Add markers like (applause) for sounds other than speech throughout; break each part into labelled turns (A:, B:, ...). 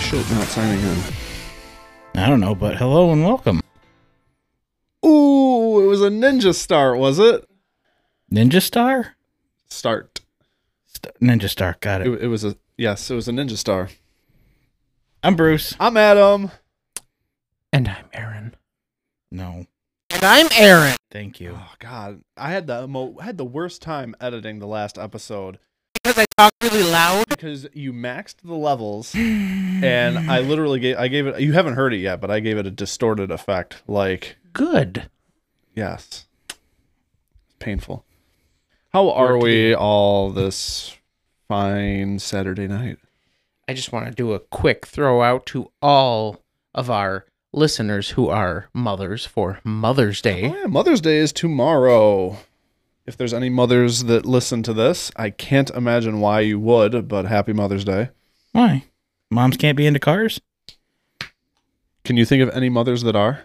A: shit not signing in?
B: I don't know, but hello and welcome.
A: Ooh, it was a ninja start, was it?
B: Ninja Star?
A: Start.
B: St- Ninja Star, got
A: It,
B: it.
A: it was a yes. It was a ninja star.
B: I'm Bruce.
A: I'm Adam.
C: And I'm Aaron.
B: No,
C: And I'm Aaron.
B: thank you.
A: Oh God, I had the mo- I had the worst time editing the last episode
C: Because I talk really loud.
A: because you maxed the levels, and I literally gave I gave it. You haven't heard it yet, but I gave it a distorted effect. Like
C: Good.
A: yes, painful. How are we all this fine Saturday night?
C: I just want to do a quick throw out to all of our listeners who are mothers for Mother's
A: Oh,
C: Day.
A: yeah, Mother's Day is tomorrow. If there's any mothers that listen to this, I can't imagine why you would, but happy Mother's Day.
B: Why? Moms can't be into cars?
A: Can you think of any mothers that are?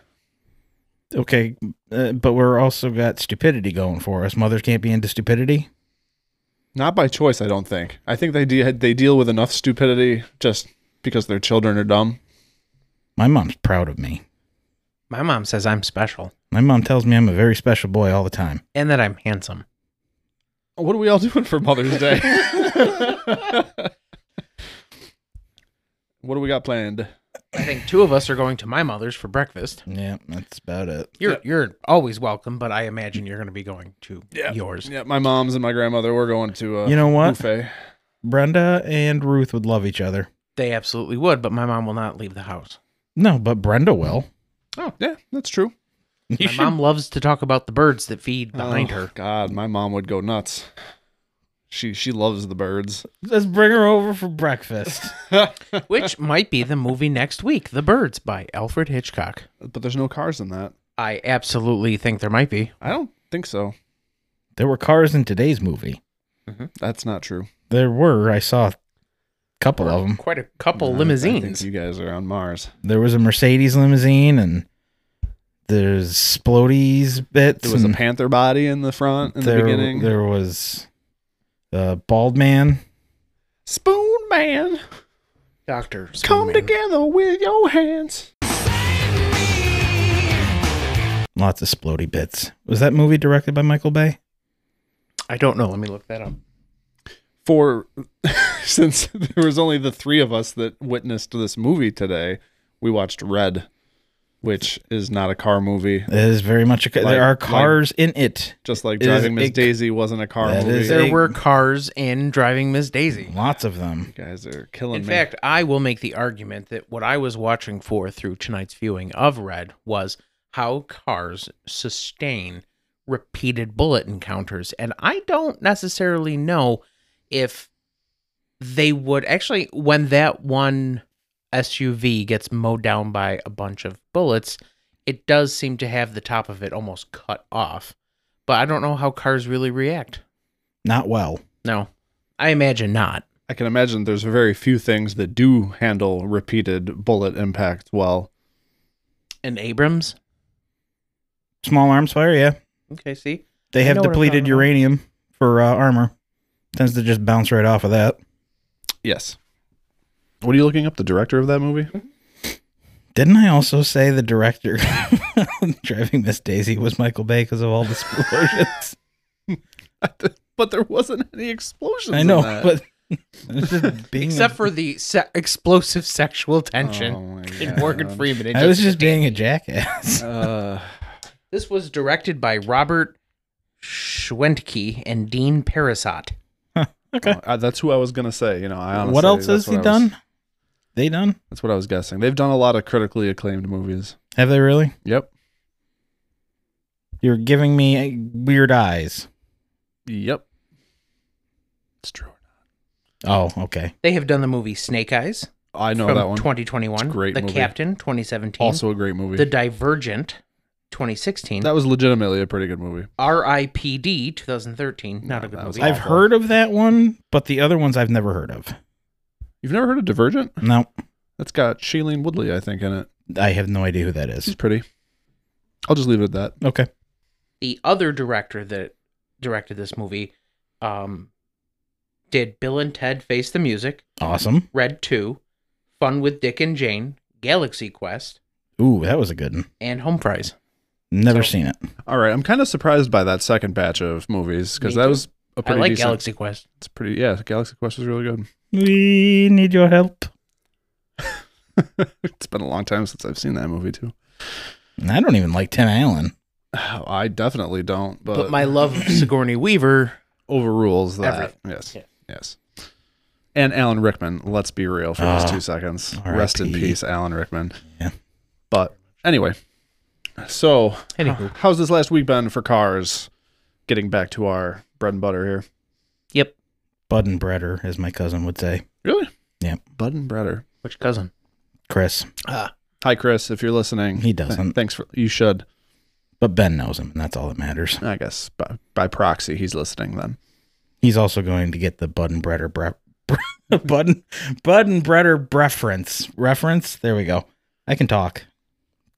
B: Okay, uh, but we're also got stupidity going for us. Mothers can't be into stupidity?
A: Not by choice, I don't think. I think they de- they deal with enough stupidity just because their children are dumb.
B: My mom's proud of me.
C: My mom says I'm special
B: My mom tells me I'm a very special boy all the time.
C: and that I'm handsome.
A: What are we all (laughs) doing for Mother's Day? what do we got planned?
C: I think two of us are going to my mother's for breakfast.
B: Yeah, that's about it.
C: You're
A: Yeah.
C: you're always welcome, but I imagine you're going to be going to yours.
A: Yeah, my mom's and my grandmother. We're going to a
B: You know what?
A: buffet.
B: Brenda and Ruth would love each other.
C: They absolutely would, but my mom will not leave the (laughs) house.
B: No, but Brenda will.
A: Oh, yeah, that's true.
B: You (laughs)
C: my
B: should-
C: mom loves to talk about the birds that feed behind
A: Oh,
C: (laughs) her.
A: God, my mom would go nuts. She she loves the
B: (laughs)
A: birds.
B: Let's bring her over for breakfast.
C: Which might be the movie next week, The Birds by Alfred Hitchcock.
A: But there's no cars in that.
C: I absolutely think there might be.
A: I don't think so.
B: there were cars in today's movie.
A: That's not true.
B: There were. I saw a couple of them.
C: Quite a couple
A: I- I think
C: limousines.
A: you guys are on Mars.
B: There was a Mercedes limousine and there's Splodies bits.
A: There was a
B: and
A: panther body in the front in
B: Hmm. there,
A: the beginning.
B: There was the bald man.
A: Spoon man,
C: Doctor,
A: come together with your hands.
B: Lots of Splody bits. Was that movie directed by Michael Bay?
C: I don't know. Let me look that up.
A: For (laughs) since there was only the three of us that witnessed this movie today, we watched Red, which is not a car movie.
B: It is very much a. ca-
A: Like-
B: there are
A: like-
B: cars in it.
A: Just like
B: It is
A: Driving Miss
B: a-
A: Daisy wasn't a car
B: That
A: movie.
B: is
C: There
B: Hey.
C: were cars in Driving Miss Daisy.
B: Lots of them.
A: You guys are killing
C: In
A: me.
C: fact, I will make the argument that what I was watching for through tonight's viewing of Red was how cars sustain repeated bullet encounters. And I don't necessarily know if they would actually, when that one SUV gets mowed down by a bunch of bullets, it does seem to have the top of it almost cut off. But I don't know how cars really react.
B: Not well.
C: No, I imagine not.
A: I can imagine there's very few things that do handle repeated bullet impact well.
C: And Abrams?
B: Small arms fire. Yeah,
C: Okay, see?
B: they
C: I
B: have
C: know what I'm
B: depleted
C: talking about.
B: uranium for uh, armor. Tends to just bounce right off of that.
A: Yes. What are you looking up? The director of that movie?
B: Didn't I also say the director (laughs) of driving Miss Daisy was Michael Bay because of all the (laughs) explosions?
A: (laughs) but there wasn't any explosions.
B: I know, but it's just being
C: except
B: a-
C: for the se- explosive sexual
A: Oh
C: tension in Morgan Freeman. It
B: I was
C: just-
B: just being a jackass.
A: Uh,
C: this was directed by Robert Schwentke and Dean Parasot.
B: Okay.
A: uh, that's who I was gonna say. You know, (laughs) I honestly.
B: what else
A: that's
B: has he
A: I was-
B: done? They done?
A: that's what I was guessing. They've done a lot of critically acclaimed movies.
B: Have they really?
A: Yep.
B: You're giving me uh, weird eyes.
A: Yep. It's true.
B: Oh, okay.
C: They have done the movie Snake Eyes
A: I know
C: from
A: that one.
C: 2021,
A: It's a great
C: The
A: movie.
C: Captain 2017,
A: Also a great movie.
C: The Divergent 2016,
A: that was legitimately a pretty good movie.
C: R.I.P.D. 2013. Not a good
A: that was
C: movie.
B: I've
A: awful.
B: heard of that one, but the other ones I've never heard of.
A: You've never heard of Divergent?
B: No,
A: That's got Shailene Woodley, I think, in it.
B: I have no idea who that
A: She's
B: is.
A: pretty. I'll just leave it at that.
B: Okay.
C: the other director that directed this movie um, did Bill and Ted Face the Music,
B: Awesome.
C: Red 2, Fun with Dick and Jane, Galaxy Quest,
B: Ooh, that was a good one.
C: and Home Fries.
B: Never
C: So-
B: seen it.
A: All right, I'm kind of surprised by that second batch of movies because
C: Me
A: that
C: too.
A: was a
C: I
A: pretty
C: like
A: decent.
C: Galaxy Quest.
A: It's pretty. Yeah, Galaxy Quest was really good. (laughs)
B: We need your help.
A: it's been a long time since I've seen that movie too.
B: And I don't even like Tim Allen.
A: (sighs) I definitely don't. But,
C: But, my love of Sigourney Weaver.
A: overrules that.
C: Everything.
A: Yes.
C: Yeah.
A: Yes. And Alan Rickman, let's be real for just
B: Ah,
A: two seconds.
B: RIP.
A: Rest in peace, Alan Rickman.
B: Yeah.
A: But anyway, so
C: Anywho.
A: how's this last week been for cars? Getting back to our bread and butter here.
C: Yep.
B: Bud and Bretter, as my cousin would say.
A: Really?
B: Yep.
A: Bud and breader.
C: Which cousin?
B: Chris.
C: Ah.
A: Hi, Chris, if you're listening.
B: He doesn't.
A: Thanks for, you should.
B: But Ben knows him, and that's all that matters.
A: I guess by, by proxy, he's listening then.
B: He's also going to get the Bud and Bretter bre- bre- (laughs) Bud and, Bud and Bretter reference. Reference? There we go. I can talk.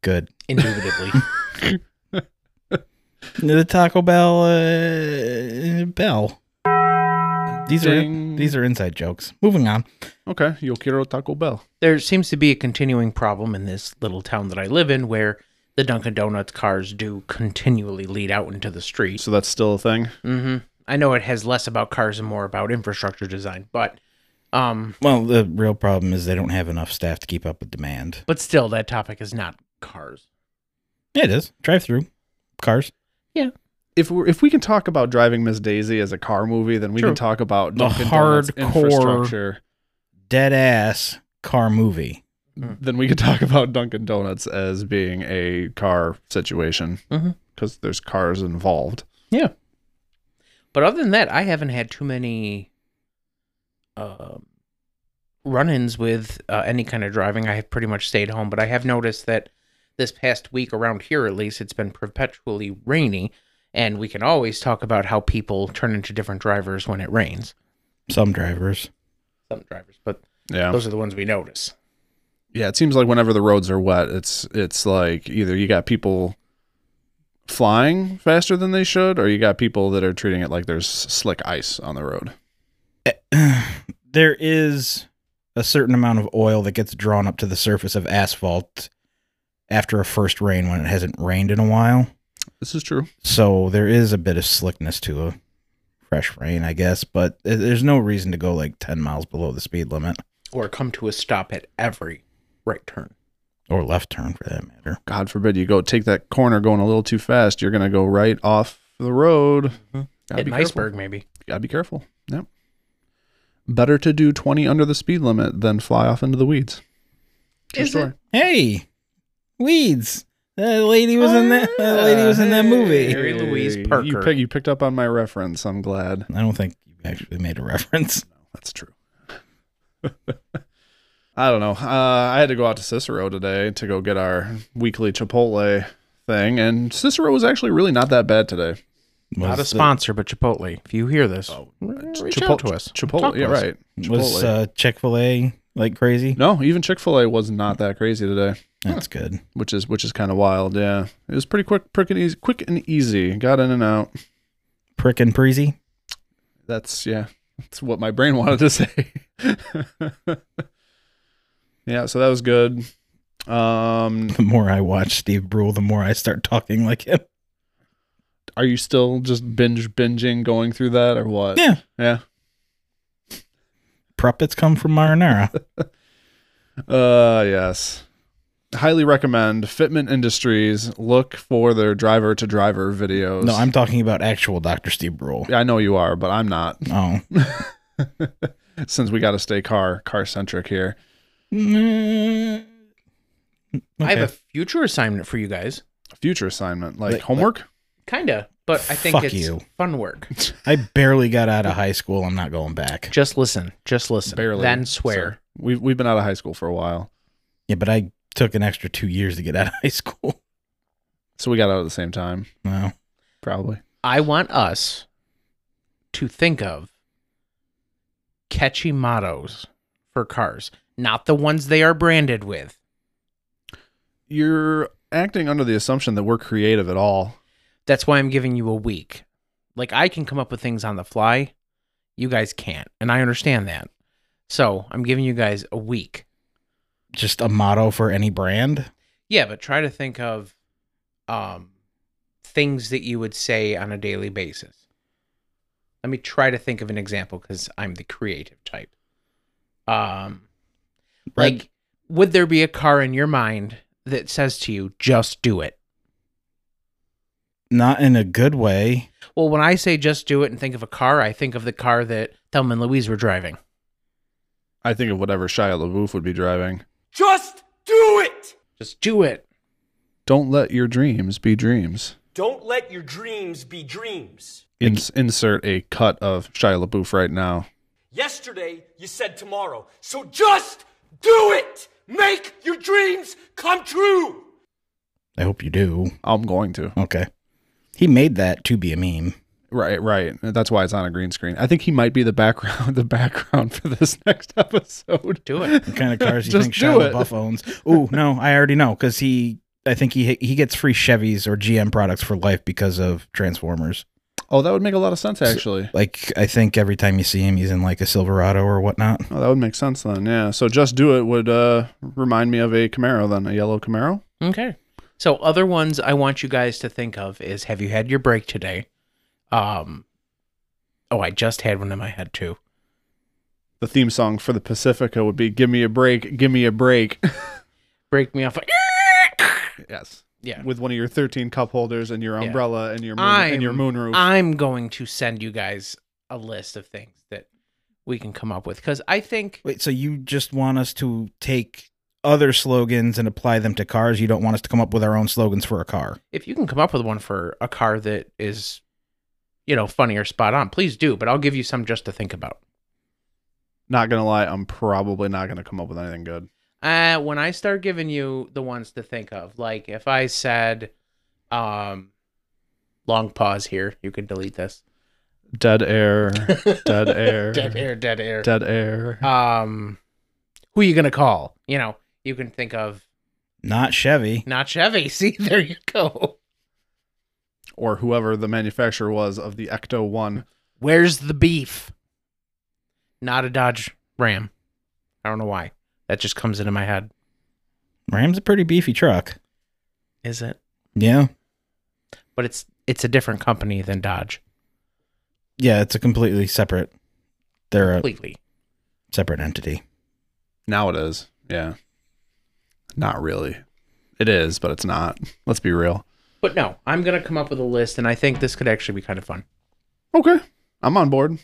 B: Good.
C: Indubitably. (laughs)
B: The Taco Bell uh, bell. These
A: Ding.
B: are these are inside jokes. Moving on.
A: Okay. Yo quiero Taco Bell.
C: there seems to be a continuing problem in this little town that I live in where the Dunkin' Donuts cars do continually lead out into the street.
A: So that's still a thing.
C: hmm I know it has less about cars and more about infrastructure design, but um,
B: Well, the real problem is they don't have enough staff to keep up with demand.
C: but still, that topic is not cars.
B: Yeah, it is drive through cars.
A: if we if we can talk about driving Miss Daisy as a car movie, then we
C: True.
A: can talk about
B: The
A: Dunkin' Donuts
B: hardcore-
A: infrastructure.
B: Dead ass car movie.
C: Mm.
A: Then we can talk about Dunkin' Donuts as being a car situation
C: Mhm.
A: because there's cars involved.
C: But other than that, I haven't had too many um run-ins with uh, any kind of driving. I have pretty much stayed home, but I have noticed that this past week around here, at least, it's been perpetually rainy, and we can always talk about how people turn into different drivers when it rains.
B: Some drivers.
C: Some drivers, but
A: Yeah,
C: those are the ones we notice.
A: yeah. It seems like whenever the roads are wet, it's it's like either you got people flying faster than they should, or you got people that are treating it like there's slick ice on the road.
B: (clears throat) there is a certain amount of oil that gets drawn up to the surface of asphalt after a first rain when it hasn't rained in a while.
A: This is true.
B: So there is a bit of slickness to a fresh rain, I guess, but th- there's no reason to go like 10 miles below the speed limit
C: or come to a stop at every right turn.
B: or left turn for that matter.
A: God forbid you go take that corner going a little too fast. You're gonna go right off the road. Gotta
C: Hit
A: be
C: an
A: careful.
C: iceberg, maybe.
A: gotta be careful. Yep. Better to do 20 under the speed limit than fly off into the weeds. True
C: Is it?
A: story.
B: Hey, weeds. That lady was in that, that lady was in that movie.
C: Mary Louise
A: You,
C: Parker.
A: pick, you picked up on my reference. I'm glad.
B: I don't think you actually made a reference.
A: That's true. (laughs) I don't know. Uh, I had to go out to Cicero today to go get our weekly Chipotle thing, and Cicero was actually really not that bad today.
C: Not
B: Was uh,
C: a sponsor, but Chipotle. If you hear this,
A: Oh,
C: reach
A: Chipo-
C: out to us. Talk
A: Chipotle,
C: to
A: yeah,
C: us.
A: right.
B: the,
A: Chipotle.
B: was uh, Chick-fil-A like crazy?
A: no, even Chick Fil A was not that crazy today.
B: That's good.
A: which is which is kind of wild. Yeah, it was pretty quick, quick and easy, quick and easy. Got in and out.
B: Prick and Preezy.
A: That's yeah, that's what my brain (laughs) wanted to say. yeah, so that was good. Um,
B: The more I watch Steve Brule, the more I start talking like him.
A: are you still just binge binging going through that or what?
B: Yeah,
A: Yeah.
B: Proppets come from Marinara.
A: Uh, yes. Highly recommend Fitment Industries. Look for their driver to driver videos.
B: No, I'm talking about actual Dr. Steve Brule.
A: I know you are, but I'm not.
B: Oh.
A: Since we got to stay car car centric here.
B: Mm.
C: I have a
B: Okay.
C: future assignment for you guys.
A: Future assignment, like,
B: Like-
A: homework.
C: Kinda, but I think
B: Fuck
C: it's
B: you.
C: fun work.
B: I barely got out of high school. I'm not going back.
C: Just listen. Just listen.
A: barely
C: Then swear.
A: sir. We've we've been out of high school for a while,
B: Yeah, but I took an extra two years to get out of high school. (laughs)
A: so we got out at the same time,
B: Wow.
A: probably.
C: I want us to think of catchy mottos for cars, not the ones they are branded with.
A: You're acting under the assumption that we're creative at all.
C: That's why I'm giving you a week. Like I can come up with things on the fly. You guys can't, and I understand that. So I'm giving you guys a week
B: just a motto for any brand?
C: Yeah, but try to think of um, things that you would say on a daily basis. Let me try to think of an example because I'm the creative type. Um,
B: Red-
C: like, would there be a car in your mind that says to you, just do it?
B: Not in a good way.
C: Well, when I say just do it and think of a car, I think of the car that Thelma and Louise were driving.
A: I think of whatever Shia LaBeouf would be driving.
D: Just do it!
C: Just do it.
A: Don't let your dreams be dreams.
D: Don't let your dreams be dreams.
A: Ins- insert a cut of Shia LaBeouf right now.
D: Yesterday, you said tomorrow. So just do it! Make your dreams come true!
B: I hope you do.
A: I'm going to.
B: Okay. He made that to be a meme.
A: Right, right. That's why it's on a green screen. I think he might be the background, (laughs) the background for this (laughs) next episode.
C: Do it.
B: What kind
A: (laughs)
B: of cars you
A: Just
B: think
A: do
B: Shia
A: it.
B: LaBeouf owns? Ooh, no, I already know because he. I think he he gets free Chevys or GM products for life because of Transformers.
A: Oh, that would make a lot of sense actually.
B: Like I think every time you see him, he's in like a Silverado or whatnot.
A: Oh, that would make sense then. Yeah. So just do it would uh, remind me of a Camaro then, a yellow Camaro.
C: Okay. So other ones I want you guys to think of is have you had your break today? Um Oh, I just had one in my head too.
A: The theme song for the Pacifica would be "Give Me a Break, Give Me a Break." (laughs)
C: Break me (laughs) off.
A: yes.
C: Yeah.
A: With one of your 13 cup holders and your
C: Yeah.
A: umbrella and your moon,
C: I'm,
A: and your moonroof.
C: I'm going to send you guys a list of things that we can come up with cuz I think
B: Wait, so you just want us to take other slogans and apply them to cars? You don't want us to come up with our own slogans for a car?
C: if you can come up with one for a car that is you know, funny or spot on, please do, but I'll give you some just to think about.
A: not gonna lie, I'm probably not gonna come up with anything good.
C: Uh, when I start giving you the ones to think of, like if I said, um, long pause here, you can delete this.
A: Dead
C: (laughs)
A: air, dead air,
C: Dead air, dead air.
A: dead air.
C: Um, who you gonna call? You know, you can think of
B: Not Chevy.
C: not Chevy. (laughs) See, there you go.
A: or whoever the manufacturer was of the Ecto One.
C: Where's the beef? Not a Dodge Ram. I don't know why. That just comes into my head.
B: Ram's a pretty beefy truck.
C: Is it?
B: Yeah.
C: But it's it's a different company than Dodge.
B: Yeah, it's a completely separate. They're a
C: Completely.
B: separate entity.
A: Now it is, yeah. Not really. It is, but it's not. Let's be real.
C: But no, I'm gonna come up with a list, and I think this could actually be kind of fun.
A: Okay, I'm on board.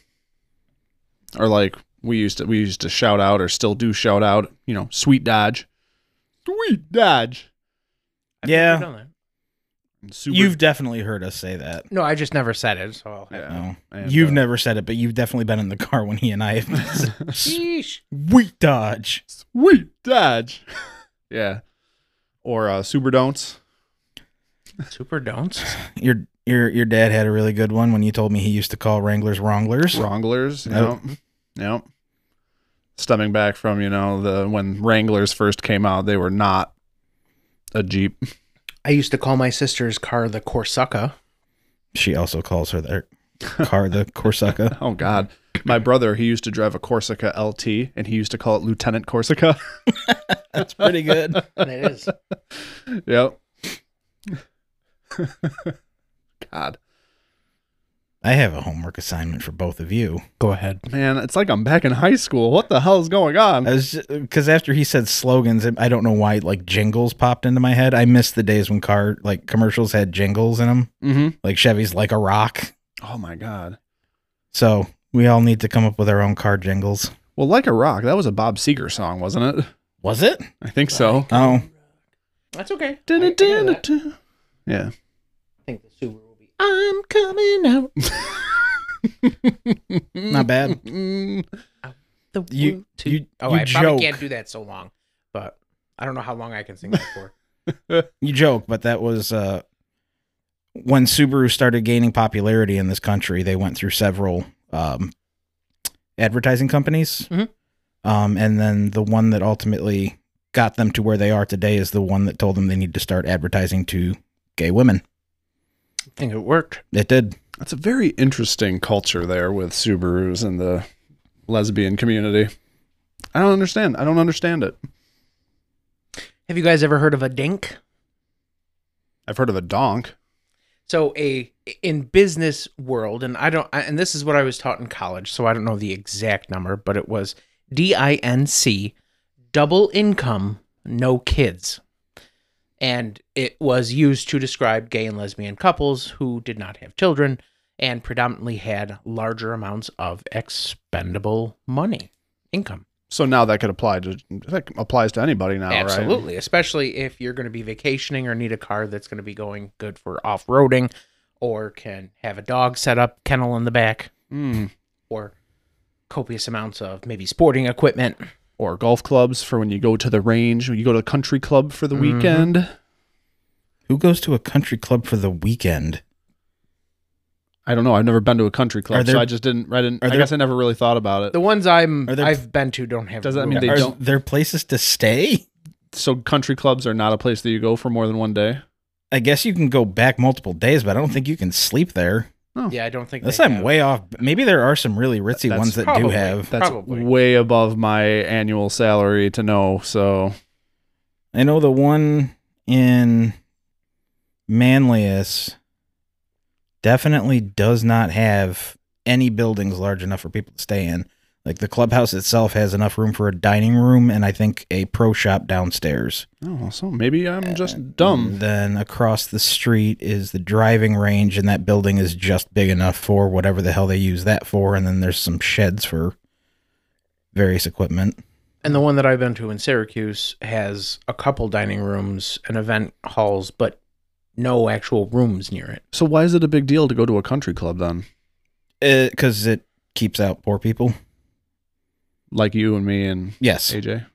A: Or like we used to, we used to shout out, or still do shout out. You know, sweet dodge, sweet dodge.
C: I've never
B: Yeah.
C: done that.
A: Super,
B: You've definitely heard us say that.
C: No, I just never said it. So I'll have
A: Yeah.
B: No.
A: And,
B: you've
A: uh,
B: never said it, but you've definitely been in the car when he and I (laughs) have
C: Yeesh.
B: sweet dodge.
A: sweet dodge. (laughs) yeah, or uh, super don'ts.
C: Super don'ts.
B: Your your your dad had a really good one when you told me he used to call Wranglers Wranglers.
A: Wranglers.
B: Nope.
A: (laughs) Yep. Yep. Stemming back from, you know, the when Wranglers first came out, they were not a Jeep. (laughs)
C: I used to call my sister's car the Corsica.
B: She also calls her their car (laughs) the Corsica.
A: Oh God.
C: (clears throat)
A: My brother, he used to drive a Corsica LT and he used to call it Lieutenant Corsica. (laughs)
B: That's pretty good.
C: And it is.
A: yep.
C: (laughs)
A: God.
B: I have a homework assignment for both of you.
C: Go ahead.
A: Man, it's like I'm back in high school. What the hell is going on?
C: Uh,
B: I was because after he said slogans, I don't know why like jingles popped into my head. I miss the days when car like commercials had jingles in them,
A: Mm-hmm.
B: like Chevy's like a rock.
A: Oh my God.
B: So we all need to come up with our own car jingles.
A: Well, like a rock, that was a Bob Seger song, wasn't it?
B: Was it?
A: I think so.
B: Oh,
C: That's (laughs) okay. I, I can hear that.
A: Dun-dun-dun-dun. Yeah.
C: I think the Subaru will be. I'm coming out.
B: not bad.
A: Mm.
C: The
B: You-
C: wood to-
B: you-
C: oh,
B: you
C: I probably
B: joke.
C: can't do that so long, but I don't know how long I can sing that for.
B: You joke, but that was uh, when Subaru started gaining popularity in this country. They went through several um, advertising companies,
C: Mhm.
B: um, and then the one that ultimately got them to where they are today is the one that told them they need to start advertising to gay women.
C: (laughs) I think it worked.
B: It did.
A: That's a very interesting culture there with Subarus and the lesbian community. I don't understand. I don't understand it.
C: Have you guys ever heard of a dink?
A: I've heard of a donk.
C: So a in business world, and I don't, I- and this is what I was taught in college, so I don't know the exact number, but it was D I N C, double income, no kids, and it was used to describe gay and lesbian couples who did not have children and predominantly had larger amounts of expendable money income.
A: So now that could apply to that applies to anybody now, right?
C: Absolutely, especially if you're going to be vacationing or need a car that's going to be going good for off-roading, or can have a dog set up kennel in the back,
A: Mm.
C: or copious amounts of maybe sporting equipment.
A: Or golf clubs for when you go to the range, or you go to a country club for the
B: Mm-hmm.
A: weekend.
B: Who goes to a country club for the weekend?
A: I don't know. I've never been to a country
B: Are
A: club,
B: there-
A: so I just didn't. I didn't.
B: are
A: I
B: there-
A: guess I never really thought about it.
C: The ones I'm
B: Are there-
C: I've been to don't have.
A: Does that mean
C: rules.
A: They
B: Are
A: don't-
B: there places to stay?
A: so country clubs are not a place that you go for more than one day.
B: I guess you can go back multiple days, but I don't think you can sleep there.
C: Yeah, I don't think.
B: Unless
C: they
B: I'm
C: have.
B: way off. Maybe there are some really ritzy
A: That's
B: ones that do
C: probably-
B: have.
A: That's
C: Probably.
A: way above my annual salary to know. So
B: I know the one in Manlius definitely does not have any buildings large enough for people to stay in. Like the clubhouse itself has enough room for a dining room and I think a pro shop downstairs.
A: oh, so maybe I'm
B: Uh,
A: just dumb.
B: Then across the street is the driving range, and that building is just big enough for whatever the hell they use that for. And then there's some sheds for various equipment.
C: And the one that I've been to in Syracuse has a couple dining rooms and event halls, but no actual rooms near it.
A: So why is it a big deal to go to a country club then?
B: Because it keeps out poor people.
A: Like you and me and
B: Yes.
A: AJ.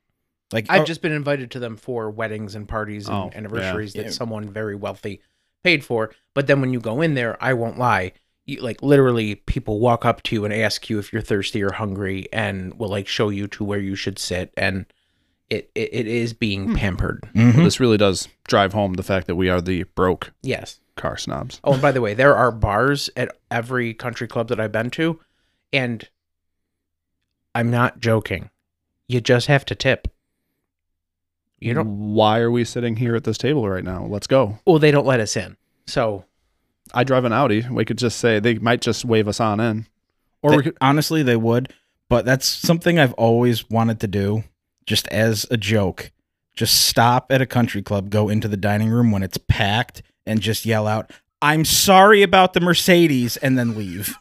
B: Like
C: I've
B: oh,
C: just been invited to them for weddings and parties and
A: Oh, yeah.
C: anniversaries that
B: Yeah.
C: someone very wealthy paid for. But then when you go in there, I won't lie. You, like literally, people walk up to you and ask you if you're thirsty or hungry, and will like show you to where you should sit. And it it, it is
A: Hmm.
C: being pampered.
B: mhm.
A: This really does drive home the fact that we are the broke
C: Yes.
A: car snobs.
C: Oh, and by the way, there are bars at every country club that I've been to, and I'm not joking. You just have to tip. You don't.
A: Why are we sitting here at this table right now? Let's go.
C: Well, they don't let us in, so
A: I drive an Audi. We could just say they might just wave us on in, or
B: They-
A: we could.
B: honestly, they would. But that's something I've always wanted to do, just as a joke. Just stop at a country club, go into the dining room when it's packed, and just yell out, "I'm sorry about the Mercedes," and then leave.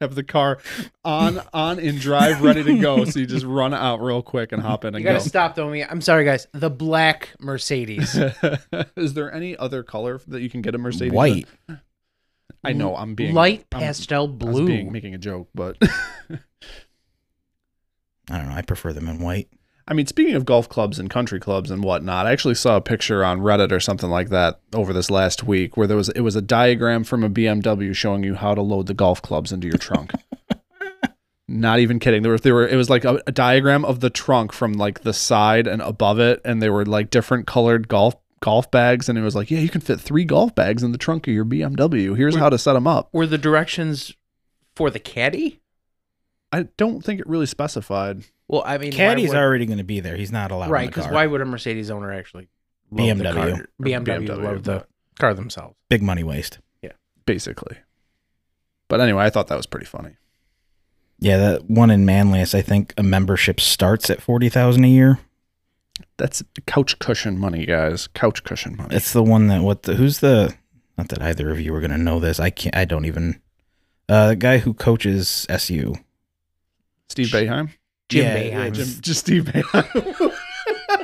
A: have the car on on in drive ready to go so you
C: (laughs)
A: just run out real quick and hop in
C: You
A: and
C: gotta
A: go
C: stop, though. me- I'm sorry, guys. The black
B: (laughs)
C: Mercedes.
A: (laughs) is there any other color that you can get a mercedes in?
B: White.
A: i know i'm being
C: Light
A: I'm-
C: pastel
A: I was
C: blue.
A: being- making a joke but
B: I don't know. I prefer them in white.
A: i mean speaking of golf clubs and country clubs and whatnot i actually saw a picture on reddit or something like that over this last week where there was it was a diagram from a bmw showing you how to load the golf clubs into your trunk Not even kidding. There were there were it was like a, a diagram of the trunk from like the side and above it, and they were like different colored golf golf bags, and it was like, yeah, you can fit three golf bags in the trunk of your BMW. Here's how to set them up.
C: Were the directions for the caddy?
A: I don't think it really specified.
C: Well, I mean, why
B: Caddy's
C: would-
B: already going to be there. He's not allowed.
C: right.
B: Because
C: Because why would a Mercedes owner actually load the
B: BMW.
C: car- BMW,
A: BMW,
C: load the car themselves.
B: Big money waste.
A: basically. But anyway, I thought that was pretty funny.
B: Yeah, that one in Manlius. I think a membership starts at forty thousand a year.
A: That's couch cushion money, guys. Couch cushion money.
B: It's the one that what the who's the not that either of you were gonna know this. I can't I don't even uh the guy who coaches SU.
A: Steve Bayheim.
C: Jim
B: Yeah,
C: Boeheim.
A: (laughs)
B: yeah,
A: Jim, just Steve Bayheim.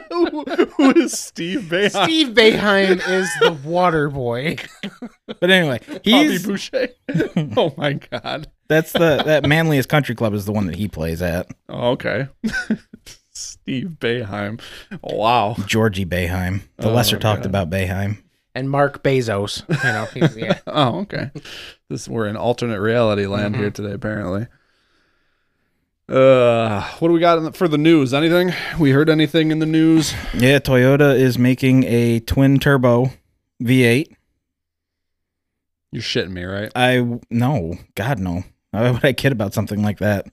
A: who, (laughs) who is Steve Bayheim?
C: Steve Beheim is the water boy.
B: (laughs) But
C: (laughs)
B: anyway,
A: Bobby
B: he's
A: Boucher. oh my god. (laughs)
B: that's the that Manlius Country Club is the one that he plays at.
A: Oh, okay. (laughs) Steve Bayheim. Wow.
B: Georgie Bayheim. The
A: Oh,
B: lesser
A: okay.
B: talked about Bayheim.
C: And Mark Bezos. You know, he's, yeah.
B: (laughs)
A: Oh, okay. This we're in alternate reality land here today, apparently. Uh, what do we got in the, for the news? Anything? We heard anything in the news?
B: Yeah, Toyota is making a twin turbo V8.
A: You're shitting me, right?
B: I no, God no. Why would I kid about something like that?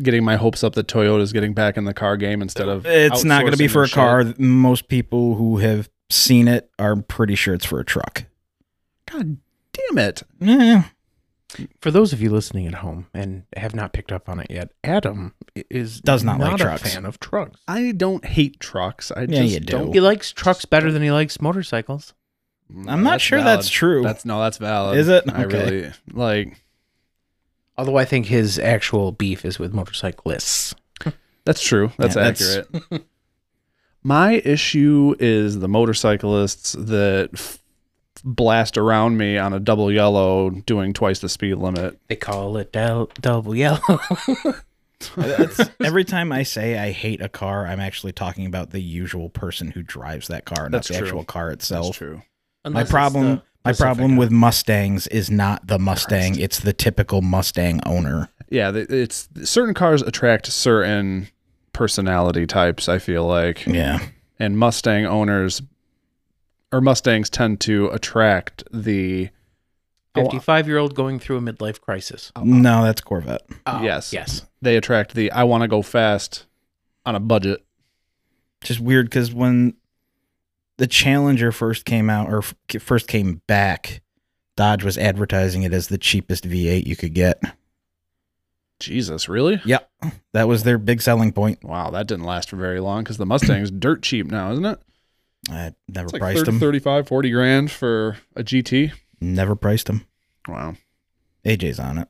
A: getting my hopes up that Toyota's getting back in the car game instead of
B: It's not going to be
A: outsourcing
B: for a
A: and shit.
B: car. Most people who have seen it are pretty sure it's for a truck.
A: God damn it! Mm,
B: Yeah.
C: For those of you listening at home and have not picked up on it yet, Adam i- is
B: Does not like
C: a
B: trucks.
C: fan of trucks.
A: I don't hate trucks. I
B: Yeah,
A: just
B: you do.
A: not
C: He likes trucks better than he likes motorcycles.
B: I'm not sure that's true.
A: That's no, that's valid.
B: Is it?
A: I
B: Okay.
A: really like.
C: Although I think his actual beef is with motorcyclists.
A: That's true. That's
B: Yeah, that's-
A: accurate. (laughs) my issue is the motorcyclists that f- blast around me on a double yellow, doing twice the speed limit.
C: They call it del- double yellow. (laughs)
A: (laughs)
B: That's- every time I say I hate a car, I'm actually talking about the usual person who drives that car, not
A: That's
B: the
A: true.
B: actual car
A: That's
B: itself.
A: true.
B: My problem, my problem with Mustangs is not the Mustang;
A: Christ.
B: it's the typical Mustang owner.
A: Yeah, th- it's certain cars attract certain personality types. I feel like.
B: Yeah,
A: and Mustang owners or Mustangs tend to attract the
C: 55 year old going through a midlife crisis.
B: no, that's Corvette.
C: Oh,
A: Uh, Yes.
C: Yes.
A: they attract the I want to go fast on a budget.
B: Just weird because when the Challenger first came out or f- first came back, Dodge was advertising it as the cheapest V8 you could get.
A: Jesus, really?
B: Yep, that was their big selling point.
A: Wow, that didn't last for very long because the Mustang's dirt cheap now, isn't it?
B: I never
A: It's like
B: priced
A: 30,
B: them.
A: 35, 40 grand for a GT.
B: Never priced them.
A: Wow.
B: AJ's on it.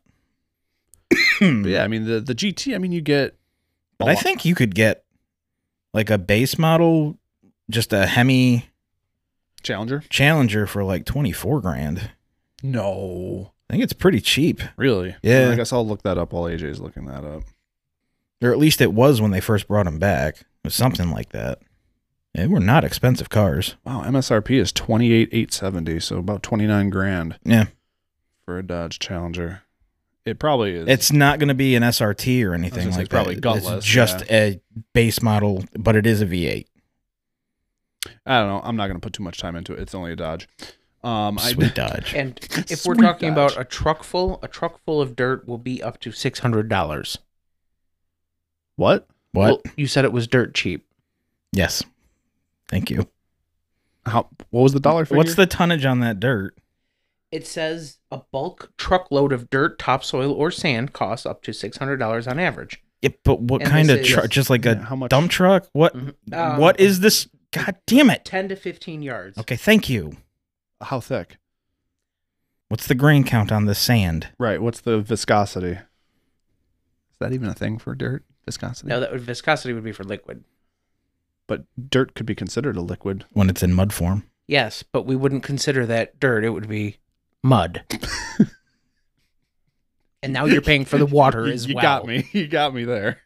A: But yeah, I mean the the GT. I mean you get. a
B: Hmm. But I
A: lot-
B: think you could get like a base model, just a Hemi
A: Challenger.
B: Challenger for like 24 grand. I
A: No,
B: think it's pretty cheap.
A: really?
B: Yeah.
A: I guess I'll look that up while AJ's looking that up.
B: Or at least it was when they first brought them back. It was something like that. They were not expensive cars.
A: Wow, MSRP is twenty eight eight seventy, so about twenty nine grand.
B: Yeah.
A: for a Dodge Challenger. It probably is.
B: It's not going to be an SRT or
A: gonna
B: anything
A: say,
B: like that.
A: probably gutless,
B: It's just a base model, but it is a V8.
A: I don't know. I'm not going to put too much time into it. It's only a Dodge. Um, I, (laughs)
B: Sweet Dodge.
C: And (laughs) if we're
A: Sweet
C: talking
A: Dodge.
C: about a truck full, a truck full of dirt will be up to $600.
A: what?
B: What?
C: Well, you said it was dirt cheap.
B: yes. Thank you.
A: How? What was the dollar figure?
B: What's the tonnage on that dirt?
C: It says a bulk truckload of dirt, topsoil, or sand costs up to six hundred dollars on average.
B: Yeah, but what
C: And
B: kind
C: this
B: of
C: is-
B: truck? Just like a
A: Yeah, how much-
B: dump truck? What?
C: Mhm. Um,
B: what is this? God damn it!
C: Ten to fifteen yards.
B: Okay, thank you.
A: how thick?
B: What's the grain count on the sand?
A: Right. What's the viscosity? Is that even a thing for dirt viscosity?
C: No, that would, viscosity would be for liquid.
A: But dirt could be considered a liquid.
B: When it's in mud form.
C: Yes, but we wouldn't consider that dirt. It would be mud. (laughs) and now Oh, you're
A: (laughs)
C: paying for the water
A: You-
C: as
A: you
C: well.
A: got me. (laughs) You got me there.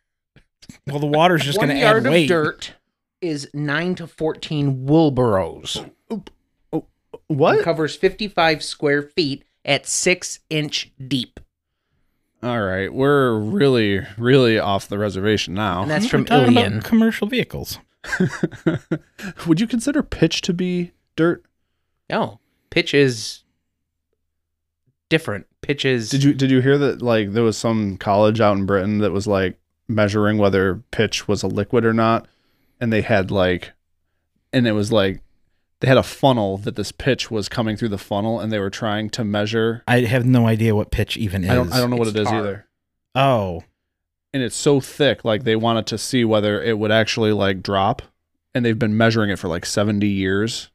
B: Well, the water's just
C: One
B: going to
C: yard
B: add
C: of
B: weight.
C: dirt is nine to fourteen Wilboros. It
B: Oh,
A: What?
C: covers fifty-five square feet at six inch deep,
A: All right, we're really, really off the reservation (laughs)
C: and
A: now.
C: that's
B: We're
C: from
B: talking about
C: Ilian.
B: commercial vehicles.
A: Would you consider pitch to be dirt?
C: No, pitch is different. Pitch is
A: Did you did you hear that like there was some college out in Britain that was like measuring whether pitch was a liquid or not and they had like and it was like they had a funnel that this pitch was coming through the funnel and they were trying to measure
B: I have no idea what pitch even is.
A: I don't I don't know what
C: It's
A: it is
C: tar.
A: either.
B: Oh,
A: And it's so thick like they wanted to see whether it would actually like drop and they've been measuring it for like 70 years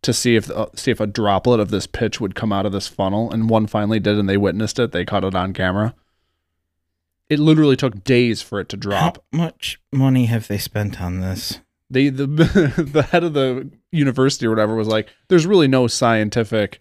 A: to see if uh, see if a droplet of this pitch would come out of this funnel and one finally did and they witnessed it they caught it on camera it literally took days for it to drop
B: how much money have they spent on this?
A: they the (laughs) the head of the university or whatever was like there's really no scientific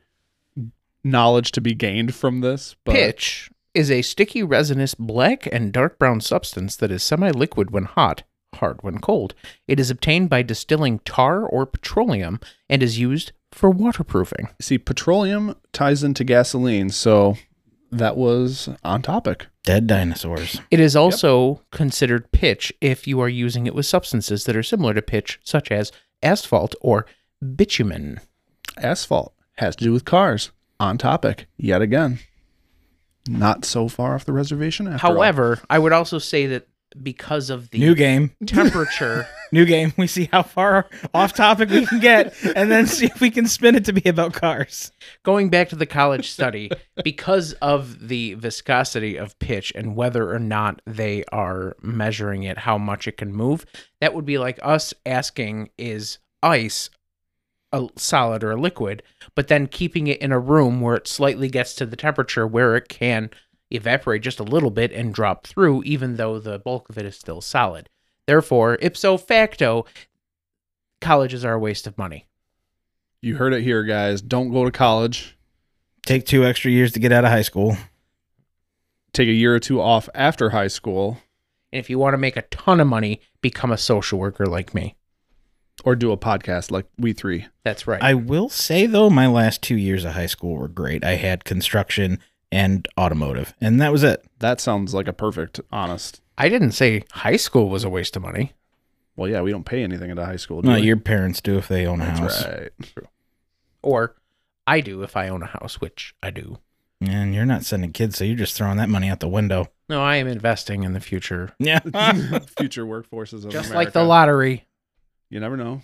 A: knowledge to be gained from this but
C: pitch is a sticky resinous black and dark brown substance that is semi-liquid when hot, hard when cold. It is obtained by distilling tar or petroleum and is used for waterproofing.
A: see petroleum ties into gasoline so that was on topic
B: Dead dinosaurs.
C: It is also considered pitch if you are using it with substances that are similar to pitch such as asphalt or bitumen.
A: asphalt has to do with cars on topic yet again not so far off the reservation. After all.
C: However, I would also say that because of the
B: New game.
C: temperature,
B: (laughs) New game. We see how far off topic we can get and then see if we can spin it to be about cars.
C: going back to the college study, because of the viscosity of pitch and whether or not they are measuring it, how much it can move, that would be like us asking, is ice a solid or a liquid, but then keeping it in a room where it slightly gets to the temperature where it can evaporate just a little bit and drop through, even though the bulk of it is still solid. Therefore, ipso facto, colleges are a waste of money.
A: you heard it here, guys. Don't go to college.
B: Take two extra years to get out of high school.
A: Take a year or two off after high school,
C: And if you want to make a ton of money, become a social worker like me.
A: or do a podcast like we three.
C: That's right.
B: I will say though, my last two years of high school were great. I had construction and automotive, and that was it.
A: That sounds like a perfect, honest.
C: I didn't say high school was a waste of money.
A: Well, yeah, we don't pay anything into high school. Do
B: No,
A: we?
B: your parents do if they own a house,
A: That's right.
C: Or I do if I own a house, which I do.
B: and you're not sending kids, so you're just throwing that money out the window.
C: No, I am investing in the future.
B: Yeah,
A: (laughs) Future workforces of
C: Just
A: America.
C: like the Mm-hmm. lottery.
A: You never know.